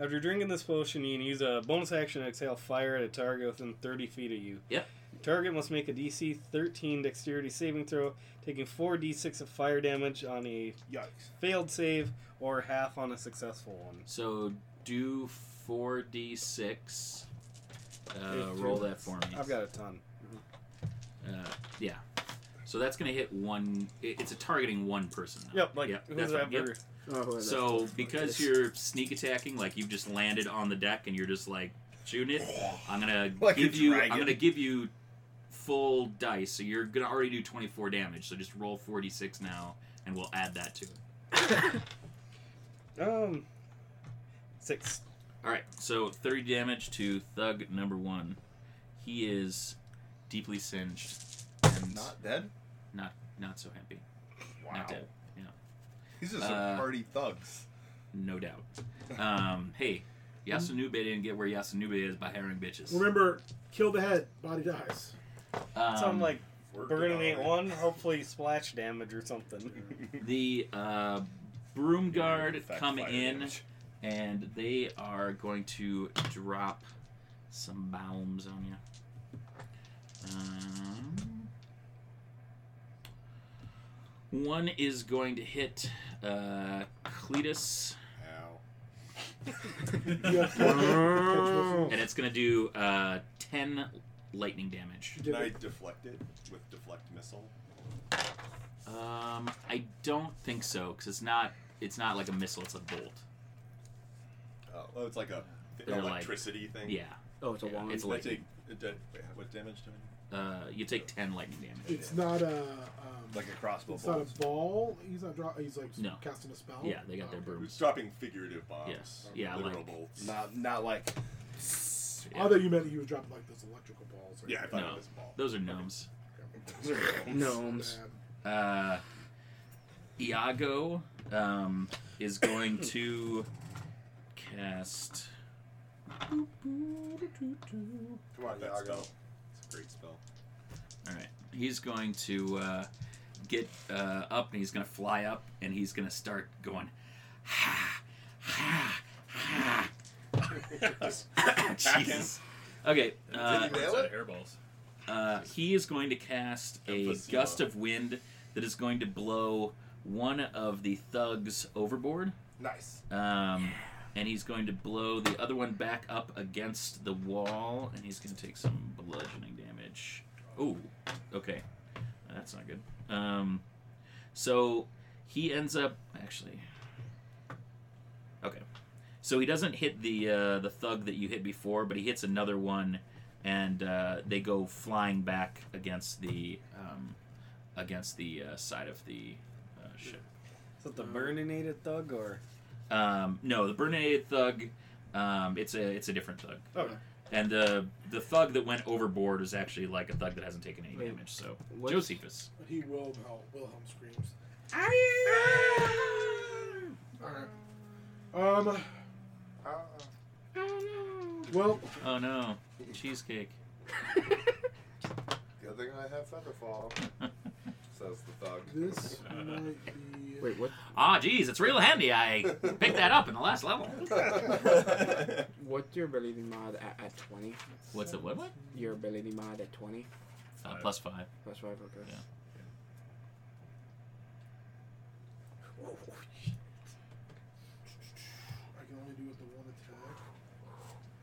Speaker 5: after drinking this potion, you can use a bonus action to exhale fire at a target within 30 feet of you.
Speaker 4: Yep.
Speaker 5: Target must make a DC 13 Dexterity saving throw, taking 4d6 of fire damage on a
Speaker 7: Yikes.
Speaker 5: failed save or half on a successful one.
Speaker 4: So do 4d6. Uh,
Speaker 5: There's two.
Speaker 4: roll that for me.
Speaker 5: I've got a ton.
Speaker 4: Uh, yeah. So that's going to hit one. it- It's a targeting one person. Now.
Speaker 5: Yep, like
Speaker 4: that's
Speaker 5: whoever-
Speaker 4: fine, yep.
Speaker 5: Oh, whoever
Speaker 4: so
Speaker 5: that's-
Speaker 4: because
Speaker 5: yes.
Speaker 4: you're sneak attacking, like you've just landed on the deck and you're just like shooting it. I'm gonna
Speaker 5: Like a
Speaker 4: give you. I'm
Speaker 5: dragon.
Speaker 4: gonna give you full dice. So you're gonna already do 24 damage. So just roll 46 now, and we'll add that to it.
Speaker 5: Um, six.
Speaker 4: All right, so 30 damage to thug number one. He is deeply singed. And
Speaker 7: Not dead?
Speaker 4: Not not so happy.
Speaker 7: Wow.
Speaker 4: Not dead. Yeah.
Speaker 7: These are some
Speaker 6: uh,
Speaker 7: hardy thugs.
Speaker 4: No doubt. Um, hey, Yasunube didn't get where Yasunube is by hiring bitches.
Speaker 3: Remember, kill the head, body dies.
Speaker 4: Um,
Speaker 5: so I'm like,
Speaker 4: Worked
Speaker 5: we're
Speaker 4: it
Speaker 5: gonna need
Speaker 4: already.
Speaker 5: one, hopefully splash damage or something.
Speaker 4: the uh, broom guard
Speaker 5: fact,
Speaker 4: come
Speaker 5: fire
Speaker 4: in and they are going to drop some bombs on you. Um, one is going to hit uh, Cletus. and it's going to do uh, 10 lightning damage.
Speaker 6: Can I deflect it with deflect missile?
Speaker 4: Um, I don't think so because it's not. It's not like a missile. It's a bolt.
Speaker 6: Oh, well, it's like a an
Speaker 4: They're like-
Speaker 6: electricity thing.
Speaker 4: Yeah. Oh, it's a wand. It's
Speaker 6: Did I
Speaker 4: like-
Speaker 6: take- it did- wait, what damage do I do?
Speaker 4: Uh, you take ten lightning damage.
Speaker 3: It's not a. Um,
Speaker 6: Like a crossbow
Speaker 3: It's not
Speaker 6: bolt.
Speaker 3: a ball. He's not. Draw, he's like
Speaker 4: No.
Speaker 3: casting a spell.
Speaker 4: Yeah, they
Speaker 3: oh,
Speaker 4: got their brooms.
Speaker 6: It's dropping figurative bombs.
Speaker 4: Yes.
Speaker 6: or
Speaker 4: Yeah,
Speaker 6: literal
Speaker 4: like-
Speaker 6: bolts.
Speaker 7: Not not like.
Speaker 3: I thought you meant he was dropping like those electrical balls. Or
Speaker 6: Yeah, I thought
Speaker 4: No,
Speaker 6: it was a ball.
Speaker 4: those are gnomes.
Speaker 3: Gnomes.
Speaker 4: Uh, Iago um, is going to cast.
Speaker 6: Come on, that
Speaker 7: Iago.
Speaker 6: spell. It's a great spell.
Speaker 4: All right, he's going to uh, get uh, up and he's going to fly up and he's going to start going. Jesus. Okay. Uh,
Speaker 8: It's out of hairballs.
Speaker 4: Uh, he is going to cast a
Speaker 8: Emphysema.
Speaker 4: gust of wind that is going to blow one of the thugs overboard.
Speaker 7: Nice.
Speaker 4: Um, and he's going to blow the other one back up against the wall, and he's going to take some bludgeoning damage. Oh, okay. That's not good. Um, so he ends up actually. Okay, so he doesn't hit the uh, the thug that you hit before, but he hits another one, and uh, they go flying back against the um, against the uh, side of the uh, ship.
Speaker 5: Is it the burninated thug or?
Speaker 4: Um, no, the Bernadette thug. Um, it's a it's a different thug.
Speaker 5: Okay.
Speaker 4: And the the thug that went overboard is actually like a thug that hasn't taken any
Speaker 3: Wait,
Speaker 4: damage. So
Speaker 3: what-
Speaker 4: Josephus.
Speaker 3: He will help. Wilhelm screams. All right. Um.
Speaker 7: Ah,
Speaker 3: Well,
Speaker 4: Oh no, cheesecake.
Speaker 7: Good thing I have Featherfall, says the thug.
Speaker 3: this might be.
Speaker 9: Wait, what?
Speaker 4: Ah, geez, it's real handy. I picked that up in the last level.
Speaker 9: What's your ability mod at, at 20?
Speaker 4: What's it? What? what?
Speaker 9: Your ability mod at 20?
Speaker 4: Uh, plus five.
Speaker 9: That's right, okay.
Speaker 3: I can only do it the one attack.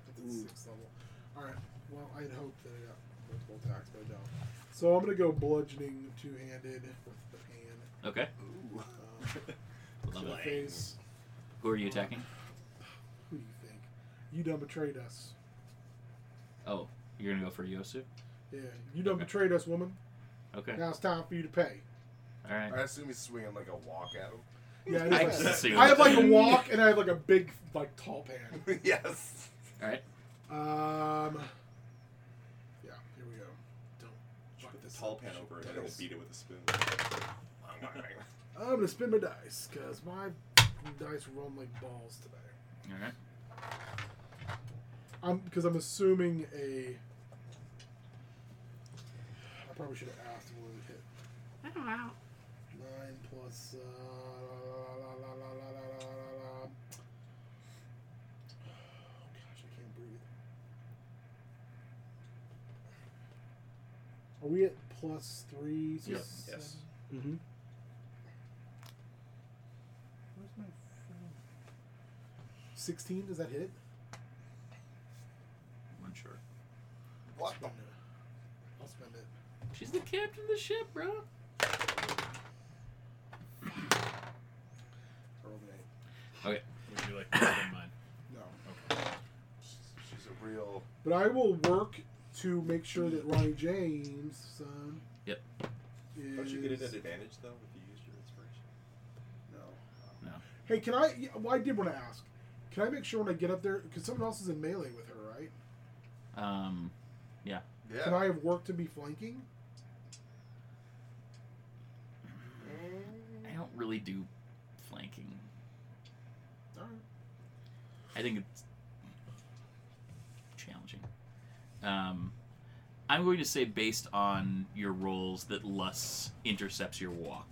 Speaker 3: At the sixth level. Alright, well, I'd hoped that I got multiple attacks, but I don't. So I'm going to go bludgeoning two handed with the pan.
Speaker 4: Okay.
Speaker 3: Um, to the
Speaker 4: Lovely.
Speaker 3: face.
Speaker 4: Who are you attacking?
Speaker 3: Who do you think? You done betrayed us.
Speaker 4: Oh, you're gonna go for Yosu.
Speaker 3: Yeah, you done betrayed us, woman.
Speaker 4: Okay.
Speaker 3: Now it's time for you to pay.
Speaker 4: All right.
Speaker 7: I assume he's swinging like a walk at
Speaker 3: Yeah,
Speaker 7: him.
Speaker 3: I,
Speaker 4: I
Speaker 3: just-
Speaker 4: just assumed
Speaker 3: I have like a
Speaker 4: that.
Speaker 3: walk and I have like a big, like tall pan.
Speaker 7: yes.
Speaker 4: All right.
Speaker 3: Um, yeah, here we go. Don't fuck
Speaker 6: Put
Speaker 3: this
Speaker 6: the tall
Speaker 3: up.
Speaker 6: pan over it and it'll
Speaker 3: Dice.
Speaker 6: beat it with a spoon. Oh
Speaker 3: I'm gonna spin my dice because my dice run like balls today.
Speaker 4: All right.
Speaker 3: I'm because I'm assuming a. I probably should have asked what it hit. Nine plus. Uh, la, la, la, la, la, la, la, la, la. Oh gosh, I can't breathe. Are we at plus three? so
Speaker 8: Yep.
Speaker 3: seven?
Speaker 8: Yes.
Speaker 9: Mm-hmm.
Speaker 3: Where's my phone? Sixteen? Does that hit?
Speaker 6: sure.
Speaker 3: I'll spend it. I'll spend it.
Speaker 4: She's the captain of the ship, bro.
Speaker 3: I rolled an eight.
Speaker 4: Okay.
Speaker 8: Would you like to spend mine?
Speaker 3: No.
Speaker 6: She's a real.
Speaker 3: But I will work to make sure that Ronnie James, son.
Speaker 4: Yep.
Speaker 3: Is...
Speaker 6: Don't you get it at advantage though if you use your inspiration?
Speaker 3: No.
Speaker 4: No.
Speaker 3: Hey, can I? yeah, Well, I did want to ask. Can I make sure when I get up there? Because someone else is in melee with her, right?
Speaker 4: Um,
Speaker 3: Can I have work to be flanking?
Speaker 4: I don't really do flanking.
Speaker 3: All right.
Speaker 4: I think it's challenging. Um, I'm going to say based on your roles that Lus intercepts your walk.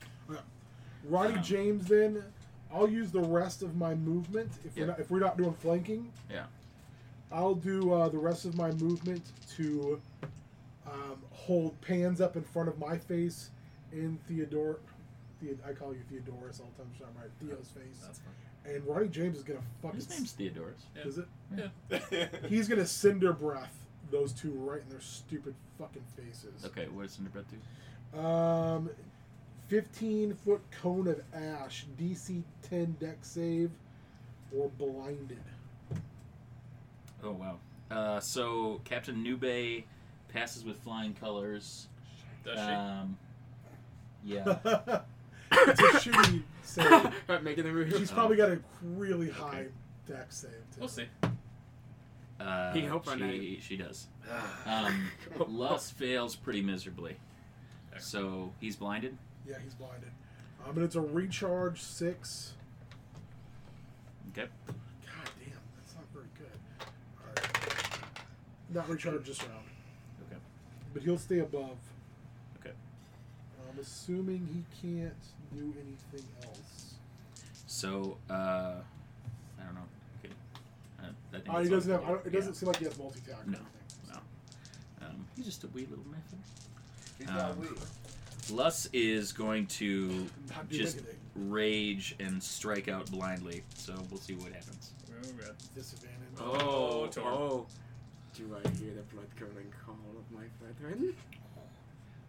Speaker 3: Ronnie
Speaker 4: Um,
Speaker 3: James, then I'll use the rest of my movement if
Speaker 4: Yeah.
Speaker 3: we're not, if we're not doing flanking.
Speaker 4: Yeah.
Speaker 3: I'll do uh, the rest of my movement to um, hold pans up in front of my face in Theodore. Theod- I call you Theodorus all the time, so I'm right. Theo's face,
Speaker 8: That's fine.
Speaker 3: and Ronnie James is gonna fucking.
Speaker 4: His name's Theodorus.
Speaker 8: Yeah.
Speaker 3: Is it?
Speaker 6: Yeah.
Speaker 3: He's gonna cinder breath those two right in their stupid fucking faces.
Speaker 4: Okay, what does Cinderbreath do?
Speaker 3: Um, 15 foot cone of ash, DC 10 deck save, or blinded.
Speaker 4: Oh wow. Uh, so Captain Nube passes with flying colors.
Speaker 8: Does she?
Speaker 4: Um, yeah.
Speaker 3: it's a shooting save.
Speaker 9: making the
Speaker 3: She's
Speaker 9: move.
Speaker 3: probably got a really high deck save. Too.
Speaker 8: We'll see.
Speaker 4: Uh,
Speaker 9: He helped our
Speaker 4: she,
Speaker 9: name.
Speaker 4: she does. Um, Lus fails pretty miserably. So he's blinded.
Speaker 3: Yeah, he's blinded. Um, and it's a recharge six.
Speaker 4: Okay.
Speaker 3: God damn, that's not very good. All right. Not recharge this round.
Speaker 4: Okay.
Speaker 3: But he'll stay above.
Speaker 4: Okay.
Speaker 3: I'm assuming he can't do anything else.
Speaker 4: So uh, I don't know. Okay. Uh, I think
Speaker 3: Uh, he
Speaker 4: that's
Speaker 3: doesn't
Speaker 4: all-
Speaker 3: have. I don't, it
Speaker 4: yeah.
Speaker 3: doesn't seem like he has multi tack.
Speaker 4: No. Um, he's just a wee little method.
Speaker 7: He's not
Speaker 4: Um,
Speaker 7: weak.
Speaker 4: Lus is going to
Speaker 3: Not do
Speaker 4: just
Speaker 3: anything.
Speaker 4: rage and strike out blindly. So we'll see what happens.
Speaker 8: Oh, God.
Speaker 3: Disadvantage.
Speaker 8: Oh, Torm.
Speaker 9: oh. Do I hear the blood curdling call of my brethren?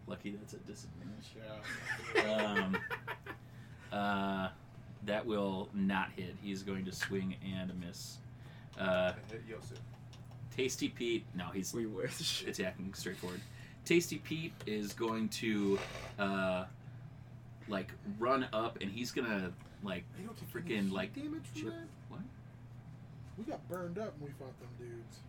Speaker 4: Lucky that's a disadvantage.
Speaker 3: Yeah.
Speaker 4: Um, uh, that will not hit. He's going to swing and miss. Uh,
Speaker 6: Yosu.
Speaker 4: Tasty Pete. No, he's
Speaker 9: We wish.
Speaker 4: attacking straightforward. Tasty Pete is going to, uh, like run up, and he's gonna like
Speaker 3: They don't take
Speaker 4: Freaking,
Speaker 3: any heat
Speaker 4: like,
Speaker 3: damage from
Speaker 4: chip-
Speaker 3: that?
Speaker 4: what?
Speaker 3: We got burned up when we fought them dudes.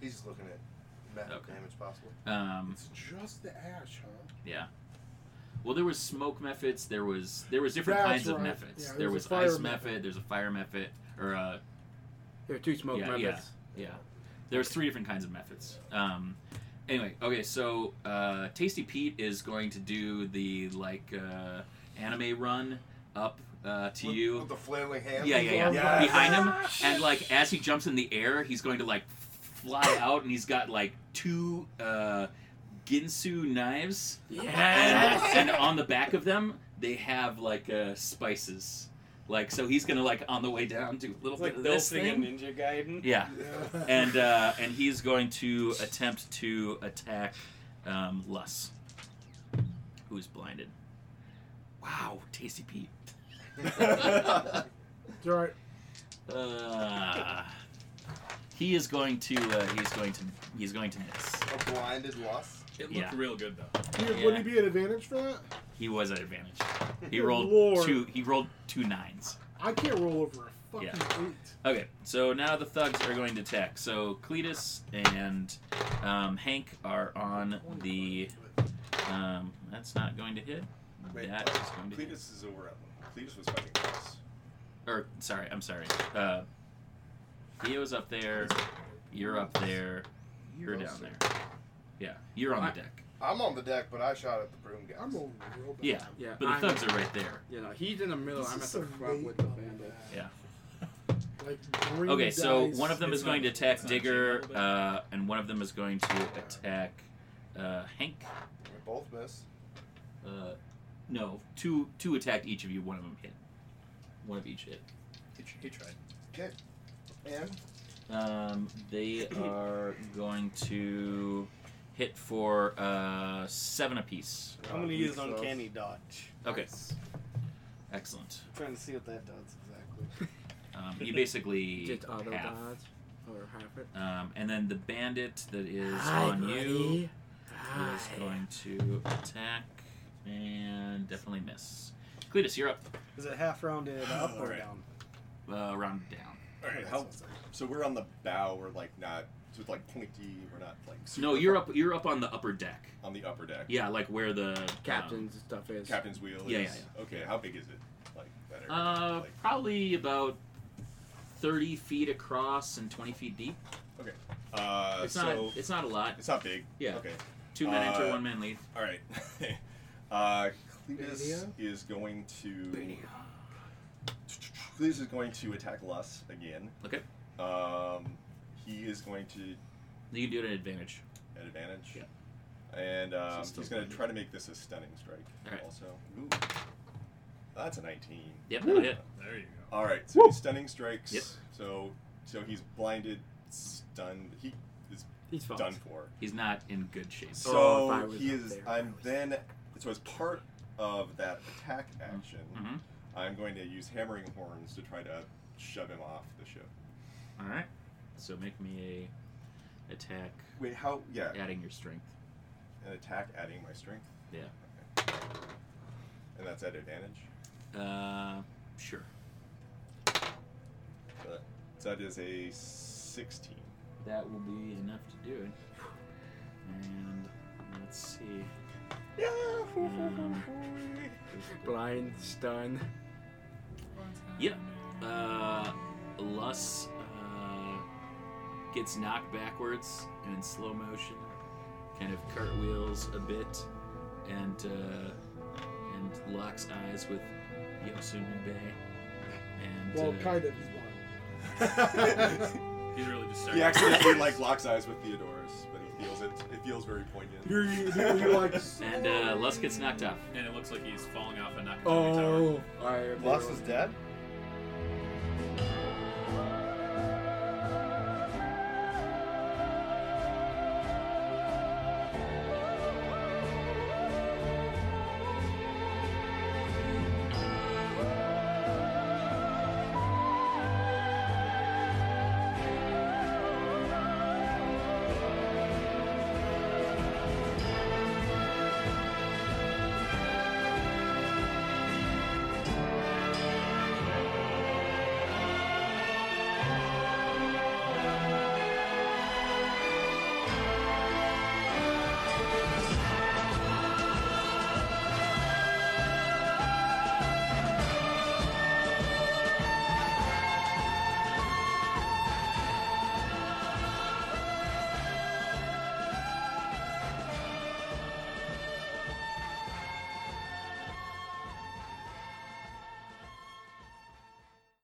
Speaker 7: He's just looking at max
Speaker 4: Okay.
Speaker 7: damage possible.
Speaker 4: um.
Speaker 3: It's just the ash, huh?
Speaker 4: Yeah. Well, there was smoke methods. There was there was different
Speaker 3: That's
Speaker 4: kinds of
Speaker 3: right.
Speaker 4: methods.
Speaker 3: Yeah,
Speaker 4: there
Speaker 3: there's
Speaker 4: was
Speaker 3: a
Speaker 4: ice
Speaker 3: fire
Speaker 4: method.
Speaker 3: method.
Speaker 4: There's a fire method, or uh,
Speaker 9: There are two smoke
Speaker 4: yeah,
Speaker 9: weapons.
Speaker 4: yeah, yeah. There's three different kinds of methods. Um, anyway, okay. So uh, Tasty Pete is going to do the like uh, anime run up uh, to
Speaker 7: With-
Speaker 4: you.
Speaker 7: With the flailing hand.
Speaker 4: Yeah, yeah, yeah.
Speaker 7: Yes.
Speaker 4: Behind him, and like as he jumps in the air, he's going to like fly out, and he's got like two uh, Ginsu knives.
Speaker 9: Yes!
Speaker 4: And, and on the back of them, they have like uh, spices. Like so, he's gonna like on the way down do a little
Speaker 5: It's like
Speaker 4: bit of
Speaker 5: Bill
Speaker 4: this
Speaker 5: singing
Speaker 4: thing.
Speaker 5: Ninja Gaiden.
Speaker 4: Yeah,
Speaker 3: Yeah.
Speaker 4: and uh, and he's going to attempt to attack um, Lus, who is blinded. Wow, Tasty Pete.
Speaker 3: It's all right.
Speaker 4: Uh, he is going to. Uh, he's going to. He's going to miss.
Speaker 7: A blinded loss.
Speaker 8: It looked
Speaker 4: Yeah.
Speaker 8: real good though.
Speaker 3: He-
Speaker 4: Yeah.
Speaker 3: Would he be at advantage for that?
Speaker 4: He was at advantage. He
Speaker 3: Good
Speaker 4: rolled
Speaker 3: lord.
Speaker 4: two. He rolled two nines.
Speaker 3: I can't roll over a fucking
Speaker 4: Yeah.
Speaker 3: eight.
Speaker 4: Okay, so now the thugs are going to attack. So Cletus and um, Hank are on the. Um, that's not going to hit.
Speaker 6: Wait,
Speaker 4: That is going to hit.
Speaker 6: Cletus is over at Cletus was fighting us.
Speaker 4: Or sorry, I'm sorry. Uh, Theo's up there. You're up there. You're down there. Yeah, you're on the deck.
Speaker 7: I'm on the deck, but I shot at the broom guy.
Speaker 3: I'm rolling real bad.
Speaker 4: Yeah,
Speaker 9: Yeah,
Speaker 4: but the
Speaker 9: I'm-
Speaker 4: thugs are right there.
Speaker 9: You know, he's in the middle.
Speaker 3: This
Speaker 9: I'm at
Speaker 3: is
Speaker 9: the
Speaker 3: some
Speaker 9: front
Speaker 3: late
Speaker 9: with the
Speaker 3: combat.
Speaker 9: bandit.
Speaker 4: Yeah.
Speaker 3: Like green
Speaker 4: Okay, so
Speaker 3: dice.
Speaker 4: one of them
Speaker 8: It's
Speaker 4: is going to
Speaker 8: not-
Speaker 4: attack
Speaker 8: it's not
Speaker 4: Digger,
Speaker 8: cheating a
Speaker 4: uh, and one of them is going to attack uh, Hank.
Speaker 7: We both miss.
Speaker 4: Uh, no, two two attack each of you. One of them hit. One of each hit.
Speaker 8: He, tr- he tried.
Speaker 3: Okay. And
Speaker 4: Um, they are going to hit for uh, seven apiece.
Speaker 5: I'm gonna use uncanny dodge.
Speaker 4: Okay. Excellent.
Speaker 5: trying to see what that does exactly.
Speaker 4: Um, you basically
Speaker 9: Did auto
Speaker 4: half.
Speaker 9: dodge or half it?
Speaker 4: Um, and then the bandit that is
Speaker 9: Hi,
Speaker 4: on you
Speaker 9: buddy.
Speaker 4: is going to attack and definitely miss. Cletus, you're up.
Speaker 5: Is it half rounded up or
Speaker 6: Alright.
Speaker 5: down?
Speaker 4: Uh, round down.
Speaker 6: All right, how, so we're on the bow. We're like not. So it's like pointy. We're not like. Super
Speaker 4: No, you're up. You're up on the upper deck.
Speaker 6: on the upper deck.
Speaker 4: Yeah, like where the um,
Speaker 9: Captain's stuff is.
Speaker 6: Captain's wheel.
Speaker 4: Yeah,
Speaker 6: is-
Speaker 4: yeah,
Speaker 6: Okay, how big is it? Like that area?
Speaker 4: Uh,
Speaker 6: Like,
Speaker 4: probably about thirty feet across and twenty feet deep.
Speaker 6: okay. Uh,
Speaker 4: It's not.
Speaker 6: so
Speaker 4: It's not a lot.
Speaker 6: it's not big.
Speaker 4: Yeah.
Speaker 6: Okay.
Speaker 4: Two men enter,
Speaker 6: uh,
Speaker 4: one man leave.
Speaker 6: All right. uh, Cletus
Speaker 3: Lydia?
Speaker 6: is going to. Cletus is going to attack Lus again.
Speaker 4: Okay.
Speaker 6: Um, he is going to
Speaker 4: You can do it at advantage.
Speaker 6: at advantage.
Speaker 4: Yeah.
Speaker 6: And um,
Speaker 4: still
Speaker 6: he's going to
Speaker 4: blinded?
Speaker 6: try to make this a stunning strike.
Speaker 4: Alright.
Speaker 6: Also, Ooh. that's a 19.
Speaker 4: Yep, that'll hit.
Speaker 8: There you go.
Speaker 6: All right, so he's stunning strikes.
Speaker 4: Yep.
Speaker 6: So, so he's blinded, stunned. He is
Speaker 9: He's fucked.
Speaker 6: done for.
Speaker 4: He's not in good shape.
Speaker 6: So
Speaker 9: Oh, if I was
Speaker 6: he
Speaker 9: up
Speaker 6: is.
Speaker 9: there, I
Speaker 6: I'm
Speaker 9: was-
Speaker 6: then. So as part of that attack action,
Speaker 9: Mm-hmm.
Speaker 4: Mhm.
Speaker 6: I'm going to use hammering horns to try to shove him off the ship.
Speaker 4: All right. So make me a attack,
Speaker 6: Wait, how? Yeah,
Speaker 4: adding your strength.
Speaker 6: an attack adding my strength.
Speaker 4: Yeah.
Speaker 6: Okay. And that's at advantage.
Speaker 4: Uh, sure.
Speaker 6: But so that is a 16.
Speaker 4: That will be enough to do it. And let's see. Um,
Speaker 9: Blind, stun.
Speaker 4: Yeah. Uh, Lus uh, gets knocked backwards and in slow motion, kind of cartwheels a bit, and uh, and locks eyes with Yosun Bay. And
Speaker 3: well,
Speaker 4: uh,
Speaker 3: kind of. He's blind.
Speaker 8: He's really just
Speaker 6: he
Speaker 8: starting.
Speaker 6: accidentally like locks eyes with Theodorus, but he feels it. It feels very poignant.
Speaker 3: You're, you're, you're like.
Speaker 4: and uh, Lus gets knocked off.
Speaker 8: and it looks like he's falling off a Nakatomi Tower.
Speaker 9: Oh, I
Speaker 7: Lux is dead.